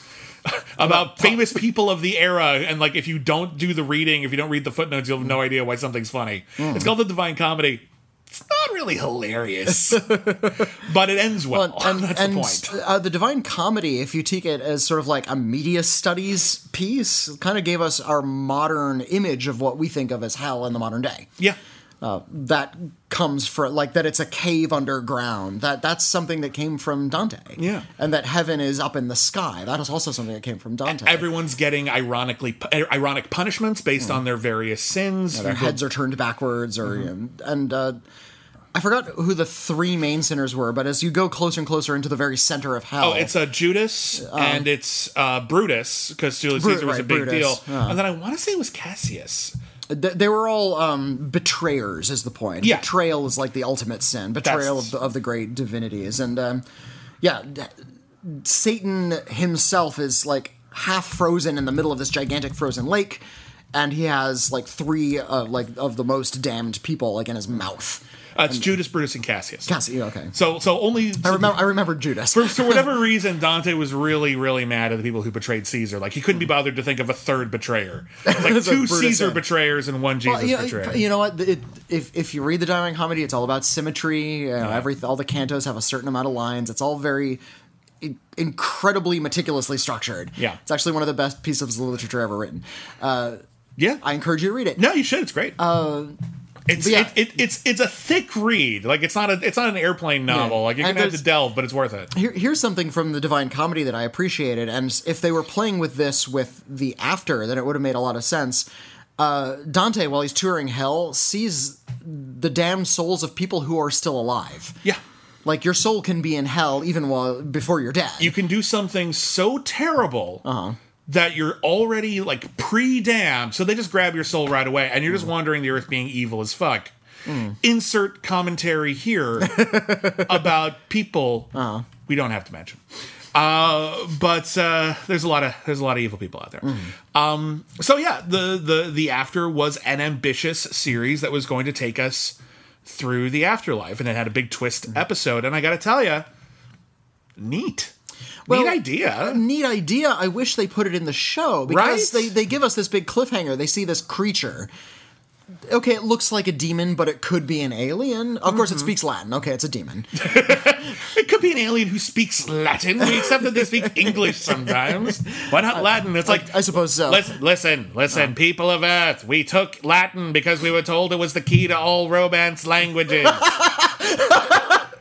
[SPEAKER 1] [LAUGHS] about famous people of the era, and like if you don't do the reading, if you don't read the footnotes, you'll have no idea why something's funny.
[SPEAKER 2] Hmm.
[SPEAKER 1] It's called the Divine Comedy. It's not really hilarious,
[SPEAKER 2] [LAUGHS]
[SPEAKER 1] but it ends well.
[SPEAKER 2] and
[SPEAKER 1] Oh, [LAUGHS] That's
[SPEAKER 2] and
[SPEAKER 1] the point.
[SPEAKER 2] Uh, the Divine Comedy, if you take it as sort of like a media studies piece, kind of gave us our modern image of what we think of as hell in the modern day.
[SPEAKER 1] Yeah.
[SPEAKER 2] uh, That comes from like that it's a cave underground. That that's something that came from Dante.
[SPEAKER 1] Yeah.
[SPEAKER 2] and that heaven is up in the sky. That is also something that came from Dante.
[SPEAKER 1] Everyone's getting ironically eh, ironic punishments based
[SPEAKER 2] Hmm.
[SPEAKER 1] on their various sins.
[SPEAKER 2] their
[SPEAKER 1] You go-
[SPEAKER 2] heads are turned backwards or
[SPEAKER 1] Mm-hmm.
[SPEAKER 2] you know, and uh, I forgot who the three main sinners were, but as you go closer and closer into the very center of hell,
[SPEAKER 1] Oh, it's uh, Judas and it's uh, Brutus because Julius
[SPEAKER 2] Um, Bru-
[SPEAKER 1] Caesar was a
[SPEAKER 2] right,
[SPEAKER 1] big
[SPEAKER 2] Brutus,
[SPEAKER 1] deal. And then I want to say it was Cassius.
[SPEAKER 2] Th- they were all um, betrayers is the point
[SPEAKER 1] Yeah.
[SPEAKER 2] betrayal is like the ultimate sin betrayal
[SPEAKER 1] That's-
[SPEAKER 2] of the, of the great divinities and um, yeah d- satan himself is like half frozen in the middle of this gigantic frozen lake and he has like three uh, like of the most damned people like in his mouth
[SPEAKER 1] Uh, it's Judas, Brutus, and Cassius.
[SPEAKER 2] Cassie, yeah, okay
[SPEAKER 1] So, so only
[SPEAKER 2] I remember, I remember Judas.
[SPEAKER 1] for whatever reason, Dante was really, really mad at the people who betrayed Caesar. Like he couldn't be bothered to think of a third betrayer. It's
[SPEAKER 2] [LAUGHS]
[SPEAKER 1] like
[SPEAKER 2] That's what
[SPEAKER 1] two
[SPEAKER 2] Brutus
[SPEAKER 1] Caesar
[SPEAKER 2] said.
[SPEAKER 1] betrayers and one Jesus
[SPEAKER 2] Well, you, know,
[SPEAKER 1] betrayer.
[SPEAKER 2] you know what? It, if if you read the Divine Comedy, it's all about symmetry. You know, every all the cantos have a certain amount of lines. It's all very in- incredibly meticulously structured.
[SPEAKER 1] Yeah.
[SPEAKER 2] it's actually one of the best pieces of literature ever written. Uh,
[SPEAKER 1] yeah,
[SPEAKER 2] I encourage you to read it.
[SPEAKER 1] no, you should. It's great. it's
[SPEAKER 2] but yeah.
[SPEAKER 1] it, it, it's it's a thick read. Like it's not a it's not an airplane novel.
[SPEAKER 2] Yeah.
[SPEAKER 1] Like you're
[SPEAKER 2] And
[SPEAKER 1] gonna have to
[SPEAKER 2] there's-
[SPEAKER 1] delve, but it's worth it.
[SPEAKER 2] Here, here's something from the Divine Comedy that I appreciated, and if they were playing with this with the after, then it would have made a lot of sense. Uh, Dante, while he's touring hell, sees the damned souls of people who are still alive.
[SPEAKER 1] Yeah.
[SPEAKER 2] Like your soul can be in hell even while before you're dead.
[SPEAKER 1] You can do something so terrible that you're already like pre-damned. So they just grab your soul right away, and you're just wandering the earth being evil as fuck. Insert commentary here about people we don't have to mention. Uh, but uh, there's a lot of there's a lot of evil people out there. Um, so yeah, the the the after was an ambitious series that was going to take us through the afterlife, and it had a big twist
[SPEAKER 2] Mm.
[SPEAKER 1] episode. And I got to tell you, neat, neat idea.
[SPEAKER 2] a neat idea. I wish they put it in the show because
[SPEAKER 1] Right?
[SPEAKER 2] they, they give us this big cliffhanger. They see this creature. Okay, it looks like a demon, but it could be an alien. Of course, it speaks Latin. Okay, it's a demon.
[SPEAKER 1] It could be an alien who speaks Latin. We accept that they
[SPEAKER 2] [LAUGHS]
[SPEAKER 1] speak English sometimes. Why not Latin? It's like
[SPEAKER 2] Uh, I suppose so.
[SPEAKER 1] Listen, listen,
[SPEAKER 2] Oh.
[SPEAKER 1] listen, people of Earth. We took Latin because we were told it was the key to all Romance
[SPEAKER 2] [LAUGHS]
[SPEAKER 1] languages.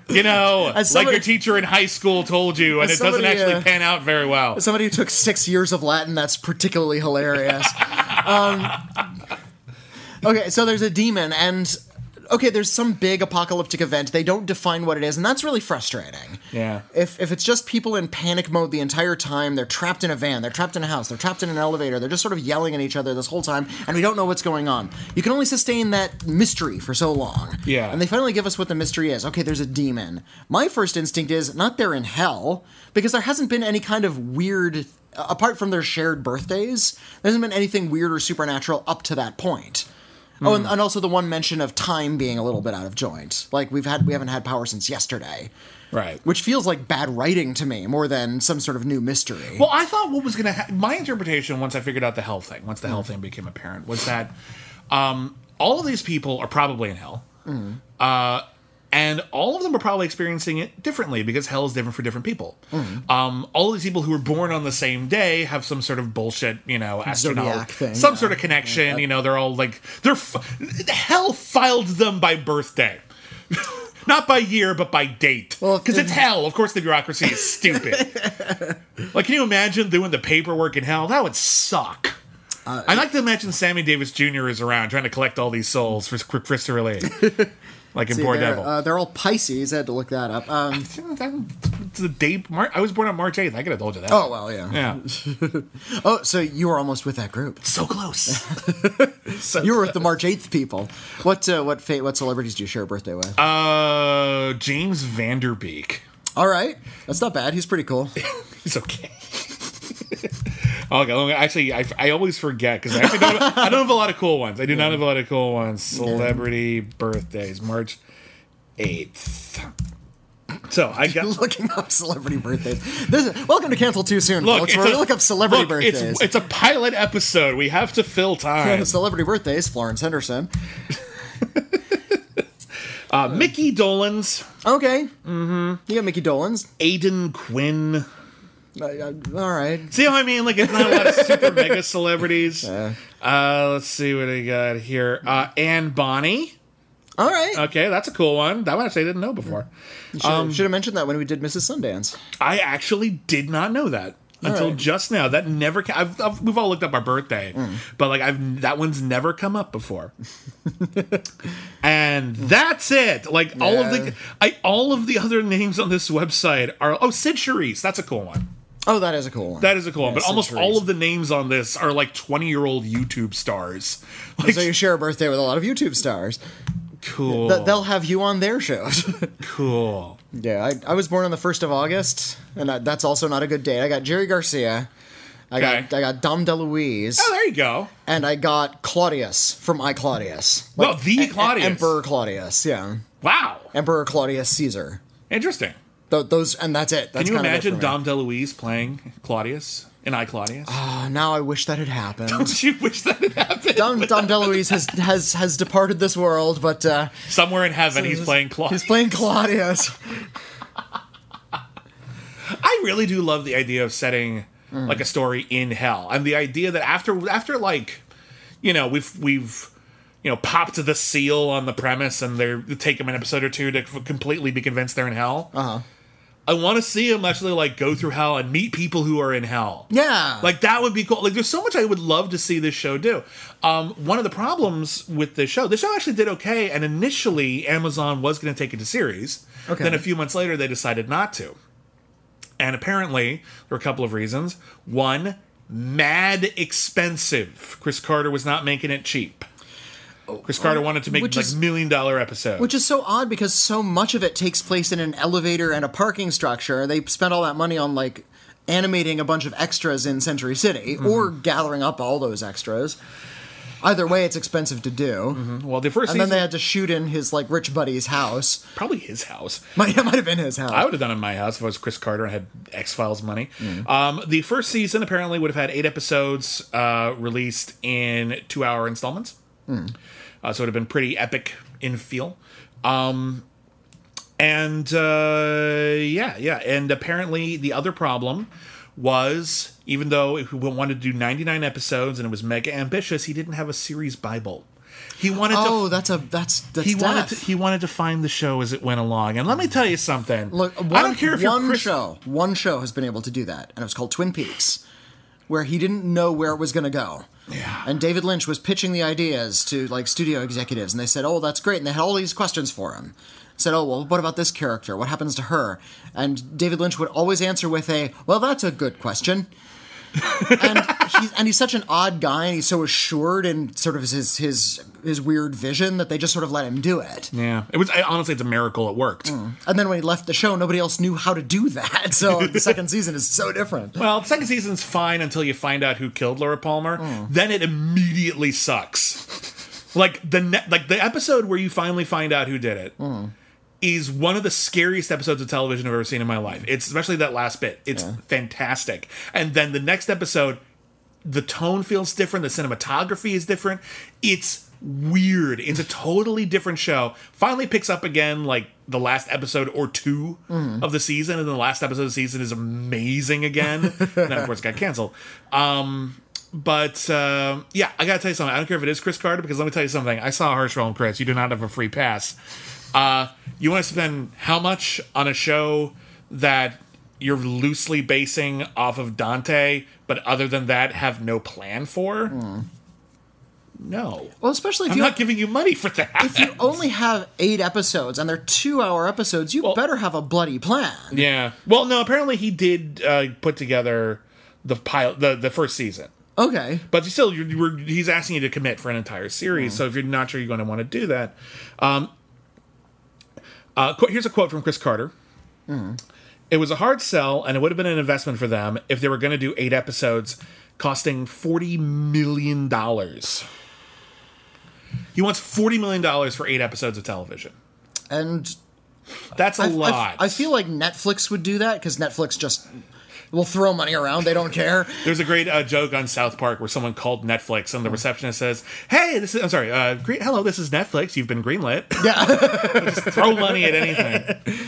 [SPEAKER 1] you know,
[SPEAKER 2] As
[SPEAKER 1] like
[SPEAKER 2] somebody-
[SPEAKER 1] your teacher in high school told you, and it
[SPEAKER 2] as
[SPEAKER 1] doesn't
[SPEAKER 2] somebody,
[SPEAKER 1] actually
[SPEAKER 2] uh,
[SPEAKER 1] pan out very well.
[SPEAKER 2] Somebody who took six years of Latin, that's particularly hilarious. um, okay, so there's a demon, and okay, there's some big apocalyptic event. They don't define what it is, and that's really frustrating.
[SPEAKER 1] Yeah.
[SPEAKER 2] If if it's just people in panic mode the entire time, they're trapped in a van, they're trapped in a house, they're trapped in an elevator, they're just sort of yelling at each other this whole time, and we don't know what's going on. You can only sustain that mystery for so long.
[SPEAKER 1] Yeah.
[SPEAKER 2] And they finally give us what the mystery is. Okay, there's a demon. My first instinct is not they're in hell, because there hasn't been any kind of weird apart from their shared birthdays, there hasn't been anything weird or supernatural up to that point. Oh,
[SPEAKER 1] Hmm.
[SPEAKER 2] and, and also the one mention of time being a little bit out of joint. Like we've had we haven't had power since yesterday,
[SPEAKER 1] Right.
[SPEAKER 2] which feels like bad writing to me more than some sort of new mystery.
[SPEAKER 1] Well, I thought what was going to ha- my interpretation once I figured out the hell thing, once the
[SPEAKER 2] Mm.
[SPEAKER 1] hell thing became apparent, was that um, all of these people are probably in hell,
[SPEAKER 2] Mm.
[SPEAKER 1] uh, and all of them are probably experiencing it differently because hell is different for different people.
[SPEAKER 2] Mm.
[SPEAKER 1] Um, all of these people who were born on the same day have some sort of bullshit, you know, astronomical
[SPEAKER 2] Zodiac thing,
[SPEAKER 1] some
[SPEAKER 2] yeah.
[SPEAKER 1] sort of connection. You know, they're all like they're f- hell filed them by birthday. [LAUGHS] Not by year, but by date.
[SPEAKER 2] Well,
[SPEAKER 1] Well,
[SPEAKER 2] if-
[SPEAKER 1] because
[SPEAKER 2] [LAUGHS]
[SPEAKER 1] it's hell. Of course, the bureaucracy is stupid. Like, can you imagine doing the paperwork in hell? That would suck.
[SPEAKER 2] Uh,
[SPEAKER 1] I like to imagine Sammy Davis Jr. is around trying to collect all these souls for for Christopher
[SPEAKER 2] [LAUGHS]
[SPEAKER 1] Lee, like in
[SPEAKER 2] See,
[SPEAKER 1] Poor
[SPEAKER 2] they're,
[SPEAKER 1] Devil.
[SPEAKER 2] uh, they're all Pisces. I had to look that
[SPEAKER 1] [LAUGHS]
[SPEAKER 2] up. Um,
[SPEAKER 1] It's [LAUGHS] the day Mar- I was born on March eighth. I could have told you that.
[SPEAKER 2] oh well, yeah. [LAUGHS]
[SPEAKER 1] yeah,
[SPEAKER 2] Oh, so you were almost with that group.
[SPEAKER 1] so close.
[SPEAKER 2] You were
[SPEAKER 1] [LAUGHS]
[SPEAKER 2] with the March eighth people. What uh, what fate? What celebrities do you share a birthday with?
[SPEAKER 1] Uh, James Vanderbeek.
[SPEAKER 2] all right, that's not bad. He's pretty cool.
[SPEAKER 1] He's okay. [LAUGHS] okay, let me- actually, I, I always forget because I actually don't. Have, I don't have a lot of cool ones. I do not have a lot of cool ones. Celebrity birthdays, March eighth. So I
[SPEAKER 2] [LAUGHS]
[SPEAKER 1] got
[SPEAKER 2] [LAUGHS] looking up celebrity birthdays. This is, welcome to cancel too soon.
[SPEAKER 1] Look,
[SPEAKER 2] folks.
[SPEAKER 1] it's
[SPEAKER 2] We're gonna
[SPEAKER 1] a-
[SPEAKER 2] look up celebrity
[SPEAKER 1] look,
[SPEAKER 2] birthdays.
[SPEAKER 1] It's, it's a pilot episode. We have to
[SPEAKER 2] [LAUGHS]
[SPEAKER 1] fill time.
[SPEAKER 2] celebrity birthdays. Florence Henderson.
[SPEAKER 1] Uh, Mickey Dolans,
[SPEAKER 2] Okay. Mm-hmm. You got Mickey Dolenz.
[SPEAKER 1] Aiden Quinn.
[SPEAKER 2] Uh, uh, all right.
[SPEAKER 1] See how I mean? Like it's not a lot of
[SPEAKER 2] [LAUGHS]
[SPEAKER 1] super mega celebrities. Uh, let's see what I got here. Uh, Anne Bonny.
[SPEAKER 2] All right.
[SPEAKER 1] Okay, that's a cool one. That one actually I didn't know before.
[SPEAKER 2] should,
[SPEAKER 1] um,
[SPEAKER 2] should have mentioned that when we did Mrs. Sundance.
[SPEAKER 1] I actually did not know that until
[SPEAKER 2] right.
[SPEAKER 1] just now. That never. Ca- I've, I've, we've all looked up our birthday,
[SPEAKER 2] Mm.
[SPEAKER 1] but like I've that one's never come up before. [LAUGHS] and that's it. Like all of
[SPEAKER 2] Yeah.
[SPEAKER 1] the I all of the other names on this website are oh Sid Charisse. That's a cool one.
[SPEAKER 2] Oh, that is a cool one.
[SPEAKER 1] That is a cool one.
[SPEAKER 2] Yeah,
[SPEAKER 1] But
[SPEAKER 2] Sid
[SPEAKER 1] almost
[SPEAKER 2] Charisse.
[SPEAKER 1] all of the names on this are like twenty year old YouTube stars. Like
[SPEAKER 2] [LAUGHS] So you share a birthday with a lot of YouTube stars.
[SPEAKER 1] [LAUGHS] cool.
[SPEAKER 2] Th- they'll have you on their shows. [LAUGHS]
[SPEAKER 1] cool.
[SPEAKER 2] yeah, I, I was born on the first of August, and I, that's also not a good date. I got Jerry Garcia. I got
[SPEAKER 1] Okay.
[SPEAKER 2] I got Dom DeLuise.
[SPEAKER 1] Oh, there you go.
[SPEAKER 2] and I got Claudius from I Claudius.
[SPEAKER 1] Well, the
[SPEAKER 2] em- em-
[SPEAKER 1] Claudius.
[SPEAKER 2] Emperor Claudius, yeah,
[SPEAKER 1] Wow.
[SPEAKER 2] Emperor Claudius Caesar.
[SPEAKER 1] Interesting.
[SPEAKER 2] Th- those and that's it. That's
[SPEAKER 1] Can you
[SPEAKER 2] kind of it
[SPEAKER 1] imagine
[SPEAKER 2] for me.
[SPEAKER 1] Dom DeLuise playing Claudius and I Claudius?
[SPEAKER 2] Uh, now I wish that had
[SPEAKER 1] [LAUGHS]
[SPEAKER 2] happened.
[SPEAKER 1] you wish that had happened. [LAUGHS]
[SPEAKER 2] Dom, Dom DeLuise has has has departed this world, but uh,
[SPEAKER 1] Somewhere in heaven, he's playing Claudius.
[SPEAKER 2] he's playing Claudius.
[SPEAKER 1] I really do love the idea of setting
[SPEAKER 2] Mm.
[SPEAKER 1] like a story in hell, and the idea that after after like you know we've we've you know popped the seal on the premise, and they're they take them an episode or two to f- completely be convinced they're in hell. Uh-huh. I want to see them actually like go through hell and meet people who are in hell.
[SPEAKER 2] Yeah,
[SPEAKER 1] Like that would be cool. Like there's so much I would love to see this show do. Um, one of the problems with this show, this show actually did okay, and initially Amazon was going to take it to series.
[SPEAKER 2] Okay.
[SPEAKER 1] Then a few months later, they decided not to. And apparently, there were a couple of reasons. One, mad expensive. Chris Carter was not making it cheap. Chris Carter wanted to make
[SPEAKER 2] Oh, which
[SPEAKER 1] like
[SPEAKER 2] is-
[SPEAKER 1] million dollar episodes.
[SPEAKER 2] which is so odd because so much of it takes place in an elevator and a parking structure. They spent all that money on like animating a bunch of extras in Century City
[SPEAKER 1] Mm-hmm.
[SPEAKER 2] or gathering up all those extras. Either way, it's expensive to do.
[SPEAKER 1] well, the first
[SPEAKER 2] And
[SPEAKER 1] season
[SPEAKER 2] then they had to shoot in his like rich buddy's house. [LAUGHS]
[SPEAKER 1] probably his house.
[SPEAKER 2] Might, it might have been his house.
[SPEAKER 1] I would have done it in my house if I was Chris Carter and had X Files money. Um, the first season apparently would have had eight episodes uh, released in two hour installments. Uh, so it would have been pretty epic in feel. Um, and uh, yeah, yeah. And apparently the other problem was even though if we wanted to do 99 episodes and it was mega ambitious, he didn't have a series Bible. He wanted to
[SPEAKER 2] oh, that's a that's that's
[SPEAKER 1] he
[SPEAKER 2] death.
[SPEAKER 1] wanted to, he wanted to find the show as it went along. And let me tell you something.
[SPEAKER 2] Look, one,
[SPEAKER 1] I don't care if
[SPEAKER 2] one
[SPEAKER 1] you're Chris.
[SPEAKER 2] show, one show has been able to do that, and it was called Twin Peaks, where he didn't know where it was going to go. Yeah. And David Lynch was pitching the ideas to like studio executives, and they said, "Oh, that's great," and they had all these questions for him. Said, "Oh, well, what about this character? What happens to her?" And David Lynch would always answer with a, "Well, that's a
[SPEAKER 1] [LAUGHS]
[SPEAKER 2] good question." and he's and he's such an odd guy, and he's so assured in sort of his his his weird vision that they just sort of let him do it.
[SPEAKER 1] Yeah, it was I, honestly, it's a miracle it worked.
[SPEAKER 2] And then when he left the show, nobody else knew how to do
[SPEAKER 1] [LAUGHS]
[SPEAKER 2] that. So the second season is so different.
[SPEAKER 1] Well, the second season's fine until you find out who killed Laura Palmer.
[SPEAKER 2] Mm.
[SPEAKER 1] Then it immediately sucks. like the ne- like the episode where you finally find out who did it is
[SPEAKER 2] Mm.
[SPEAKER 1] one of the scariest episodes of television I've ever seen in my life. It's especially that last bit. It's fantastic. And then the next episode, the tone feels different. The cinematography is different. It's weird. It's a totally different show. Finally picks up again like the last episode or two of the season, and then the last episode of the season is amazing again. and then, of course, it got canceled. Um, but uh, yeah, I gotta tell you something. I don't care if it is Chris Carter because let me tell you something. I saw Hirschfeld and Chris. You do not have a free pass. Uh, you want to spend how much on a show that you're loosely basing off of Dante, but other than that, have no plan for? Hmm. No.
[SPEAKER 2] Well, especially if
[SPEAKER 1] I'm
[SPEAKER 2] you
[SPEAKER 1] not giving you money for that.
[SPEAKER 2] if you only have eight episodes and they're two hour episodes, you better have a bloody plan.
[SPEAKER 1] [LAUGHS] yeah. Well, no. Apparently, he did uh, put together the pilot, the the first season.
[SPEAKER 2] Okay.
[SPEAKER 1] But still, you're, you were, he's asking you to commit for an entire series.
[SPEAKER 2] Hmm.
[SPEAKER 1] So if you're not sure you're going to want to do that, um, uh, qu- here's a quote from Chris Carter.
[SPEAKER 2] Hmm.
[SPEAKER 1] It was a hard sell, and it would have been an investment for them if they were going to do eight episodes, costing forty million dollars. He wants forty million dollars for eight episodes of television.
[SPEAKER 2] And
[SPEAKER 1] That's a
[SPEAKER 2] I- I-
[SPEAKER 1] lot.
[SPEAKER 2] I, feel like Netflix would do that because Netflix just will throw money around. They don't care.
[SPEAKER 1] There's a great uh, joke on South Park where someone called Netflix and the receptionist says, "Hey, this is I'm sorry, uh, gre- hello, this is Netflix. You've been greenlit.
[SPEAKER 2] [LAUGHS] Yeah.
[SPEAKER 1] [LAUGHS] Just throw money at anything."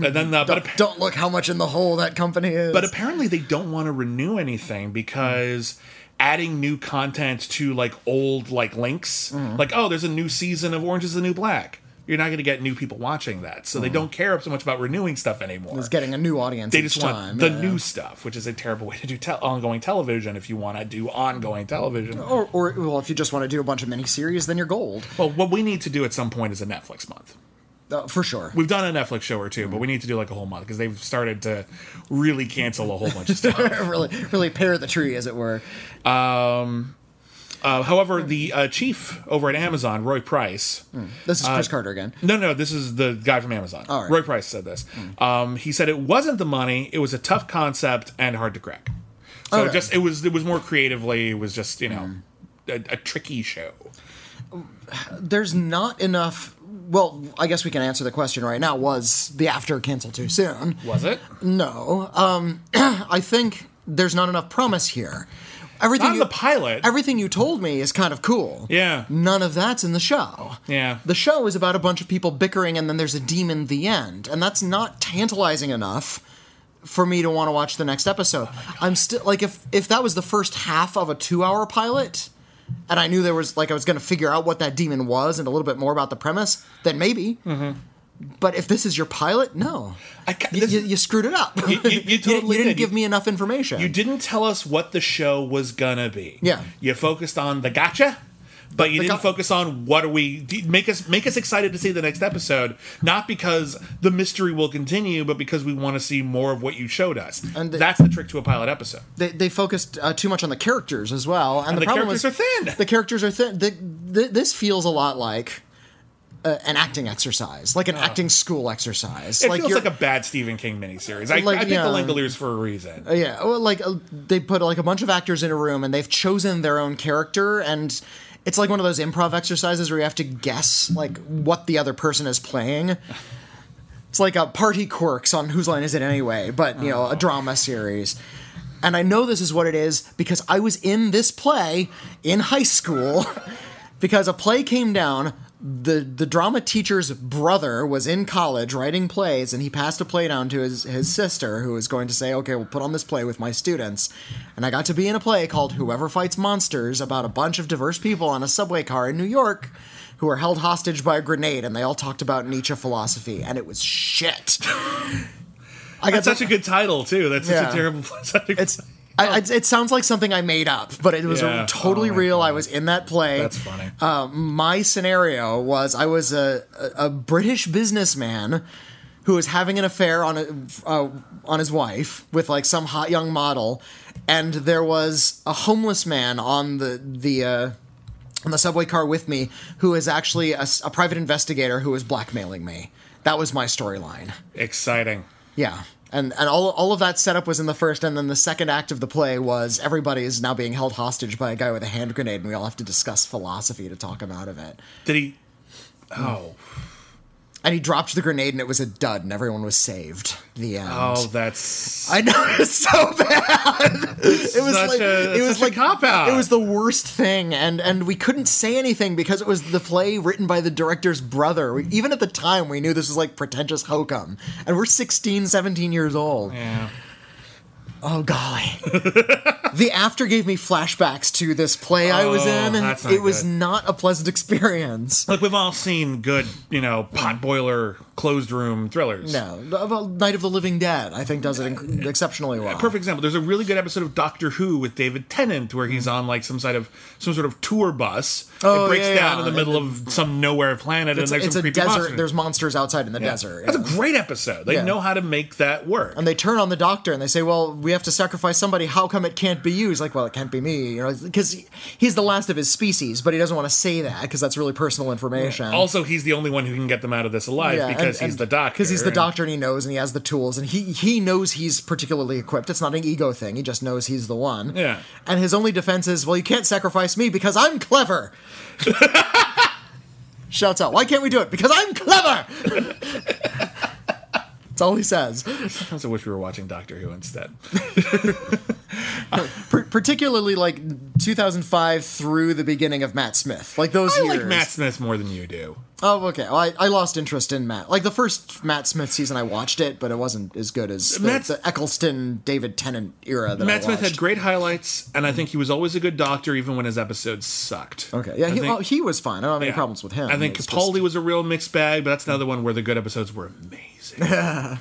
[SPEAKER 1] And then, uh, [LAUGHS] but, appa-
[SPEAKER 2] don't look how much in the hole that company is.
[SPEAKER 1] but apparently they don't want to renew anything because adding new content to like old like links,
[SPEAKER 2] Mm-hmm.
[SPEAKER 1] like oh, there's a new season of Orange Is the New Black. You're not going to get new people watching that, so
[SPEAKER 2] Mm-hmm.
[SPEAKER 1] they don't care so much about renewing stuff anymore.
[SPEAKER 2] is getting a new audience
[SPEAKER 1] they
[SPEAKER 2] each
[SPEAKER 1] just
[SPEAKER 2] time.
[SPEAKER 1] want the
[SPEAKER 2] yeah.
[SPEAKER 1] new stuff, which is a terrible way to do tel ongoing television. If you want to do ongoing television,
[SPEAKER 2] Or, or well, if you just want to do a bunch of miniseries, then you're gold
[SPEAKER 1] Well, what we need to do at some point is a Netflix month.
[SPEAKER 2] uh, for sure.
[SPEAKER 1] We've done a Netflix show or two, but we need to do like a whole month because they've started to really cancel a whole bunch of stuff.
[SPEAKER 2] [LAUGHS]
[SPEAKER 1] [LAUGHS]
[SPEAKER 2] really, really pair the tree, as it were.
[SPEAKER 1] Uh, however, the uh, chief over at Amazon, Roy Price,
[SPEAKER 2] This is
[SPEAKER 1] Uh,
[SPEAKER 2] Chris Carter again.
[SPEAKER 1] no, no, this is the guy from Amazon.
[SPEAKER 2] All right. Hmm.
[SPEAKER 1] Roy Price said this. Um, he said it wasn't the money; it was a tough concept and hard to crack. So
[SPEAKER 2] Okay.
[SPEAKER 1] just it was it was more creatively. It was just you
[SPEAKER 2] Hmm.
[SPEAKER 1] know a, a tricky show.
[SPEAKER 2] there's not enough. Well, I guess we can answer the question right now. Was the after canceled too soon?
[SPEAKER 1] Was it?
[SPEAKER 2] No. Um, [CLEARS THROAT] I think there's not enough promise here. Everything
[SPEAKER 1] Not in
[SPEAKER 2] you,
[SPEAKER 1] the pilot.
[SPEAKER 2] Everything you told me is kind of cool.
[SPEAKER 1] Yeah.
[SPEAKER 2] None of that's in the show.
[SPEAKER 1] Yeah.
[SPEAKER 2] The show is about a bunch of people bickering, and then there's a demon at the end, and that's not tantalizing enough for me to want to watch the next episode. I'm still like, if if that was the first half of a two-hour pilot, and I knew there was like I was going to figure out what that demon was and a little bit more about the premise, then maybe. But if this is your pilot, no,
[SPEAKER 1] I ca-
[SPEAKER 2] you,
[SPEAKER 1] Mm-hmm. this-
[SPEAKER 2] you, you screwed it up.
[SPEAKER 1] You-
[SPEAKER 2] [LAUGHS]
[SPEAKER 1] you- you totally
[SPEAKER 2] didn't
[SPEAKER 1] did.
[SPEAKER 2] give
[SPEAKER 1] You-
[SPEAKER 2] me enough information.
[SPEAKER 1] You didn't tell us what the show was gonna be.
[SPEAKER 2] Yeah.
[SPEAKER 1] You focused on the gotcha, but you
[SPEAKER 2] The
[SPEAKER 1] didn't
[SPEAKER 2] go-
[SPEAKER 1] focus on what are we d- make us make us excited to see the next episode, not because the mystery will continue, but because we want to see more of what you showed us.
[SPEAKER 2] And
[SPEAKER 1] And
[SPEAKER 2] the-
[SPEAKER 1] that's the trick to a pilot episode.
[SPEAKER 2] they, they focused uh, too much on the characters as well, and, the,
[SPEAKER 1] the
[SPEAKER 2] problem
[SPEAKER 1] characters
[SPEAKER 2] was
[SPEAKER 1] are thin.
[SPEAKER 2] The characters are thin. The, th this feels a lot like uh, an acting exercise, like an acting school exercise.
[SPEAKER 1] It feels
[SPEAKER 2] you're-
[SPEAKER 1] like a bad Stephen King miniseries. I,
[SPEAKER 2] Like,
[SPEAKER 1] I picked
[SPEAKER 2] yeah.
[SPEAKER 1] the Langoliers for a reason.
[SPEAKER 2] yeah, well, like uh, they put like a bunch of actors in a room and they've chosen their own character, and it's like one of those improv exercises where you have to guess like what the other person is playing. It's like a party quirks on whose line is it anyway, but you know, a drama series. And I know this is what it is because I was in this play in high school [LAUGHS] because a play came down. The the drama teacher's brother was in college writing plays and he passed a play down to his, his sister who was going to say, Okay, we'll put on this play with my students. And I got to be in a play called Whoever Fights Monsters about a bunch of diverse people on a subway car in New York who were held hostage by a grenade and they all talked about Nietzsche philosophy and it was shit. I got
[SPEAKER 1] [LAUGHS] That's
[SPEAKER 2] to-
[SPEAKER 1] such a good title too. That's such
[SPEAKER 2] Yeah.
[SPEAKER 1] a terrible. [LAUGHS] Such a,
[SPEAKER 2] it's I, it, it sounds like something I made up, but it was
[SPEAKER 1] Yeah.
[SPEAKER 2] totally
[SPEAKER 1] Oh my
[SPEAKER 2] real. I was in that play.
[SPEAKER 1] That's funny.
[SPEAKER 2] Uh, my scenario was I was a, a, a British businessman who was having an affair on a, uh, on his wife with like some hot young model, and there was a homeless man on the the. Uh, on the subway car with me, who is actually a, s- a private investigator who was blackmailing me. That was my storyline.
[SPEAKER 1] Exciting.
[SPEAKER 2] Yeah. And and all all of that setup was in the first, and then the second act of the play was everybody is now being held hostage by a guy with a hand grenade, and we all have to discuss philosophy to talk him out of it.
[SPEAKER 1] Did he? Oh,
[SPEAKER 2] And he dropped the grenade, and it was a dud, and everyone was saved. The end.
[SPEAKER 1] oh, that's
[SPEAKER 2] I know [LAUGHS] it's so bad. It was
[SPEAKER 1] Such
[SPEAKER 2] like
[SPEAKER 1] a-
[SPEAKER 2] it was
[SPEAKER 1] such a
[SPEAKER 2] like
[SPEAKER 1] cop-out.
[SPEAKER 2] It was the worst thing, and and we couldn't say anything because it was the play written by the director's brother. We, even at the time, we knew this was like pretentious hokum, and we're 16, 17 years old.
[SPEAKER 1] yeah. [LAUGHS]
[SPEAKER 2] Oh golly. the after gave me flashbacks to this play I was
[SPEAKER 1] Oh,
[SPEAKER 2] in, and
[SPEAKER 1] that's not
[SPEAKER 2] it was
[SPEAKER 1] good.
[SPEAKER 2] not a pleasant [LAUGHS] experience.
[SPEAKER 1] Like we've all seen good, you know, pot boiler closed room thrillers.
[SPEAKER 2] No, well, Night of the Living Dead, I think, does it inc- exceptionally well.
[SPEAKER 1] perfect example. There's a really good episode of Doctor Who with David Tennant where he's on like some side of some sort of tour bus.
[SPEAKER 2] Oh,
[SPEAKER 1] it breaks
[SPEAKER 2] yeah,
[SPEAKER 1] down
[SPEAKER 2] yeah.
[SPEAKER 1] in the middle of some nowhere planet,
[SPEAKER 2] It's,
[SPEAKER 1] and there's
[SPEAKER 2] it's
[SPEAKER 1] some
[SPEAKER 2] a
[SPEAKER 1] creepy
[SPEAKER 2] desert.
[SPEAKER 1] monster.
[SPEAKER 2] There's monsters outside in the desert. yeah.
[SPEAKER 1] That's a great episode. They
[SPEAKER 2] Yeah.
[SPEAKER 1] know how to make that work.
[SPEAKER 2] and they turn on the doctor and they say, "Well, we have to sacrifice somebody. How come it can't be you?" He's like, "Well, it can't be me," you know, because he's the last of his species, but he doesn't want to say that because that's really personal information.
[SPEAKER 1] also, he's the only one who can get them out of this alive
[SPEAKER 2] Yeah,
[SPEAKER 1] because
[SPEAKER 2] and-
[SPEAKER 1] he's
[SPEAKER 2] and-
[SPEAKER 1] the doctor.
[SPEAKER 2] Because he's the
[SPEAKER 1] and-
[SPEAKER 2] doctor and he knows and he has the tools and he he knows he's particularly equipped. It's not an ego thing. He just knows he's the one.
[SPEAKER 1] Yeah.
[SPEAKER 2] And his only defense is, well, you can't sacrifice me because
[SPEAKER 1] [LAUGHS]
[SPEAKER 2] I'm clever. Shouts out, why can't we do it? Because I'm clever. That's all he says.
[SPEAKER 1] Sometimes I wish we were watching Doctor Who
[SPEAKER 2] [LAUGHS]
[SPEAKER 1] instead.
[SPEAKER 2] Par- particularly like 2005 through the beginning of Matt Smith, like those
[SPEAKER 1] I
[SPEAKER 2] years.
[SPEAKER 1] like Matt Smith more than you do.
[SPEAKER 2] Oh, okay. Well, I, I lost interest in Matt. Like the first Matt Smith season, I watched it, but it wasn't as good as the,
[SPEAKER 1] Matt's-
[SPEAKER 2] the Eccleston David Tennant era that
[SPEAKER 1] Matt
[SPEAKER 2] I
[SPEAKER 1] Smith
[SPEAKER 2] watched.
[SPEAKER 1] had great highlights, and I think he was always a good doctor, even when his episodes sucked.
[SPEAKER 2] Okay, yeah,
[SPEAKER 1] I
[SPEAKER 2] he,
[SPEAKER 1] think-
[SPEAKER 2] well, he was fine. I don't have any
[SPEAKER 1] yeah.
[SPEAKER 2] problems with him.
[SPEAKER 1] I think
[SPEAKER 2] It's just-
[SPEAKER 1] Capaldi was a real mixed bag, but that's another one where the good episodes were
[SPEAKER 2] [LAUGHS]
[SPEAKER 1] amazing. I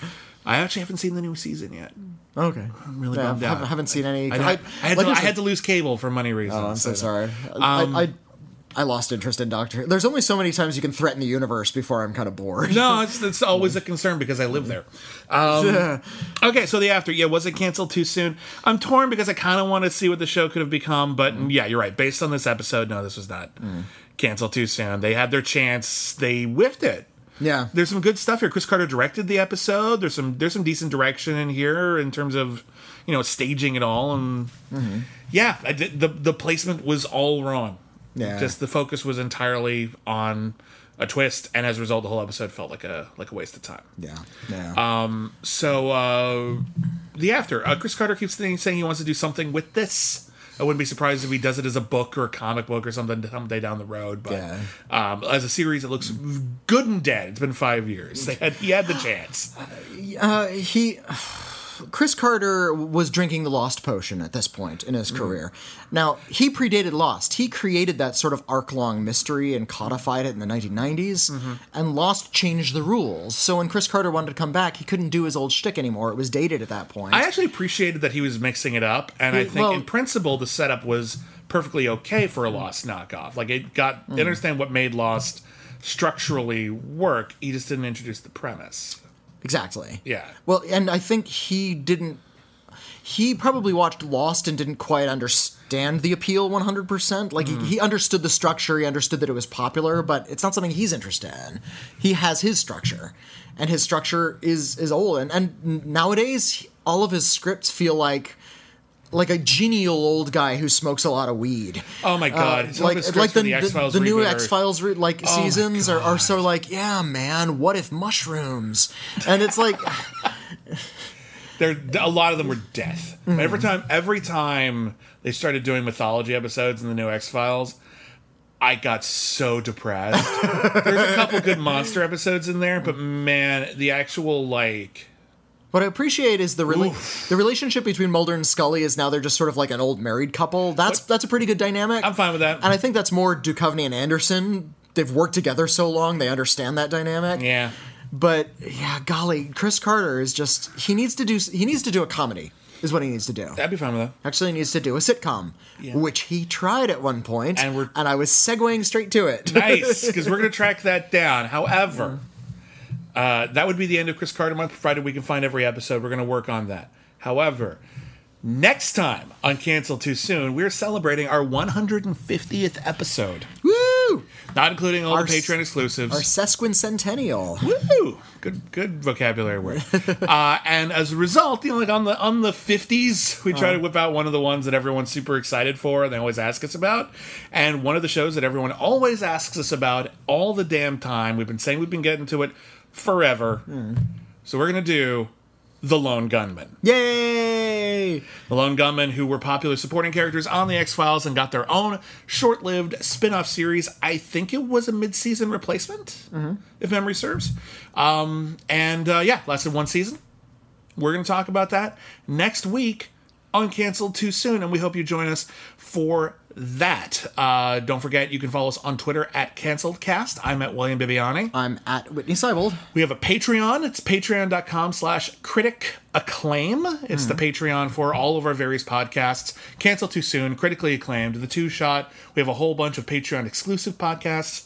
[SPEAKER 1] actually haven't seen the new season yet.
[SPEAKER 2] okay,
[SPEAKER 1] I'm really
[SPEAKER 2] yeah, I
[SPEAKER 1] bummed out.
[SPEAKER 2] haven't, haven't seen any.
[SPEAKER 1] I, I, had,
[SPEAKER 2] like
[SPEAKER 1] to,
[SPEAKER 2] I
[SPEAKER 1] I
[SPEAKER 2] said-
[SPEAKER 1] had to lose cable for money reasons.
[SPEAKER 2] Oh, I'm so sorry.
[SPEAKER 1] Um,
[SPEAKER 2] I, I I lost interest in Doctor. Who. There's only so many times you can threaten the universe before I'm kind of
[SPEAKER 1] [LAUGHS]
[SPEAKER 2] bored.
[SPEAKER 1] No, it's, it's always a concern because I live there. Um, okay, so the after, yeah, was it canceled too soon? I'm torn because I kind of want to see what the show could have become, but yeah, you're right. Based on this episode, no, this was not canceled too soon. They had their chance, they whiffed it.
[SPEAKER 2] Yeah.
[SPEAKER 1] There's some good stuff here. Chris Carter directed the episode. There's some there's some decent direction in here in terms of you know staging it all and
[SPEAKER 2] Mm-hmm.
[SPEAKER 1] yeah, I did, the the placement was all wrong.
[SPEAKER 2] Yeah.
[SPEAKER 1] just the focus was entirely on a twist, and as a result, the whole episode felt like a like a waste of time.
[SPEAKER 2] Yeah.
[SPEAKER 1] Uh,
[SPEAKER 2] Yeah.
[SPEAKER 1] So uh, the after uh, Chris Carter keeps saying saying he wants to do something with this. I wouldn't be surprised if he does it as a book or a comic book or something someday down the road. But
[SPEAKER 2] Yeah.
[SPEAKER 1] um, as a series, it looks good and dead. It's been five years. They had, he had the chance.
[SPEAKER 2] he Chris Carter was drinking the Lost potion at this point in his career. Now, he predated Lost. He created that sort of arc long mystery and codified it in the 1990s. And Lost changed the rules. So when Chris Carter wanted to come back, he couldn't do his old shtick anymore. It was dated at that point.
[SPEAKER 1] I actually appreciated that he was mixing it up, and I
[SPEAKER 2] Yeah,
[SPEAKER 1] think
[SPEAKER 2] well-
[SPEAKER 1] in principle the setup was perfectly okay for a Lost knockoff. Like it
[SPEAKER 2] Hmm.
[SPEAKER 1] got I understand what made Lost structurally work. He just didn't introduce the premise.
[SPEAKER 2] exactly.
[SPEAKER 1] Yeah.
[SPEAKER 2] Well, and I think he didn't. He probably watched Lost and didn't quite understand the appeal 100%. Like, he, he understood the structure, he understood that it was popular, but it's not something he's interested in. He has his structure, and his structure is, is old. And, and nowadays, all of his scripts feel like. Like a genial old guy who smokes a lot of weed.
[SPEAKER 1] Oh my God. Some of
[SPEAKER 2] Uh, like,
[SPEAKER 1] his scripts
[SPEAKER 2] like
[SPEAKER 1] for
[SPEAKER 2] the,
[SPEAKER 1] the
[SPEAKER 2] the,
[SPEAKER 1] X-Files Oh
[SPEAKER 2] the new
[SPEAKER 1] reboot are-
[SPEAKER 2] X Files re- like seasons are, are so like yeah man what if mushrooms and it's like [SIGHS]
[SPEAKER 1] There, a lot of them were death. Every time, every time they started doing mythology episodes in the new X Files, I got so depressed. There's a couple good monster episodes in there, but man, the actual like
[SPEAKER 2] What I appreciate is the rela- the relationship between Mulder and Scully is now they're just sort of like an old married couple. That's that's a pretty good dynamic.
[SPEAKER 1] I'm fine with that.
[SPEAKER 2] and I think that's more Duchovny and Anderson. They've worked together so long, they understand that dynamic.
[SPEAKER 1] yeah.
[SPEAKER 2] But yeah, golly, Chris Carter is just he needs to do he needs to do a comedy. is what he needs to do.
[SPEAKER 1] That'd be fine with that.
[SPEAKER 2] Actually, he needs to do a sitcom, which he tried at one point,
[SPEAKER 1] And we're-
[SPEAKER 2] I was segueing straight to it.
[SPEAKER 1] Nice, because we're going to track that down. However, uh, that would be the end of Chris Carter Month. Provided we can find every episode, we're going to work on that. However, next time on Cancel Too Soon, we're celebrating our 150th episode,
[SPEAKER 2] [LAUGHS] Woo!
[SPEAKER 1] not including all
[SPEAKER 2] Our
[SPEAKER 1] the
[SPEAKER 2] s-
[SPEAKER 1] Patreon exclusives.
[SPEAKER 2] Our sesquicentennial.
[SPEAKER 1] Woo! Good, good vocabulary
[SPEAKER 2] [LAUGHS]
[SPEAKER 1] word. uh, and as a result, you know, like on the on the fifties, we
[SPEAKER 2] Uh-huh.
[SPEAKER 1] try to whip out one of the ones that everyone's super excited for, and they always ask us about. And one of the shows that everyone always asks us about all the damn time. We've been saying we've been getting to it forever.
[SPEAKER 2] Hmm.
[SPEAKER 1] So we're gonna do the Lone Gunman.
[SPEAKER 2] Yay!
[SPEAKER 1] The Lone Gunman, who were popular supporting characters on The X Files and got their own short lived spin off series. I think it was a mid season replacement, if memory serves. Um, and uh, yeah, lasted one season. We're going to talk about that next week on Canceled Too Soon, and we hope you join us for that. Uh, don't forget, you can follow us on Twitter at CanceledCast. I'm at William Bibiani.
[SPEAKER 2] I'm at Whitney Seibold.
[SPEAKER 1] We have a Patreon. It's patreon.com slash critic acclaim. It's the Patreon for all of our various podcasts. Cancel Too Soon, Critically Acclaimed, The Two Shot. We have a whole bunch of Patreon exclusive podcasts.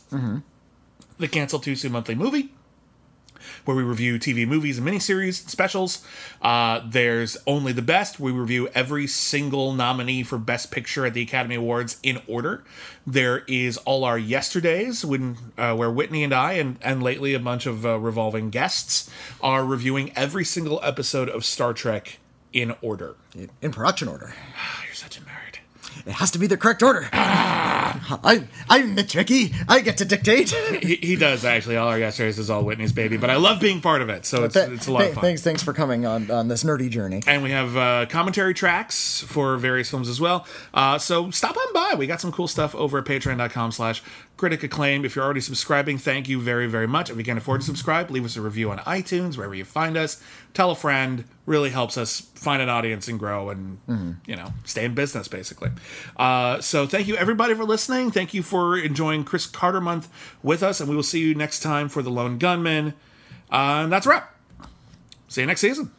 [SPEAKER 1] The Cancel Too Soon Monthly Movie. Where we review TV movies and miniseries and specials. Uh, there's Only the Best. We review every single nominee for Best Picture at the Academy Awards in order. There is All Our Yesterdays, when uh, where Whitney and I, and, and lately a bunch of uh, revolving guests, are reviewing every single episode of Star Trek in order.
[SPEAKER 2] In production order.
[SPEAKER 1] Oh, You're such a nerd.
[SPEAKER 2] It has to be the correct order.
[SPEAKER 1] Ah!
[SPEAKER 2] I, I'm the tricky. I get to dictate.
[SPEAKER 1] He, he does, actually. All Our Yesterdays is all Whitney's baby, but I love being part of it, so it's, it's a lot of
[SPEAKER 2] Th-
[SPEAKER 1] fun.
[SPEAKER 2] Thanks, thanks for coming on, on this nerdy journey.
[SPEAKER 1] and we have uh, commentary tracks for various films as well uh, so stop on by we got some cool stuff over at patreon.com slash critic acclaim if you're already subscribing thank you very very much if you can't afford to subscribe leave us a review on itunes wherever you find us tell a friend really helps us find an audience and grow and you know stay in business basically uh, so thank you everybody for listening thank you for enjoying chris carter month with us and we will see you next time for the lone gunman uh, and that's a wrap see you next season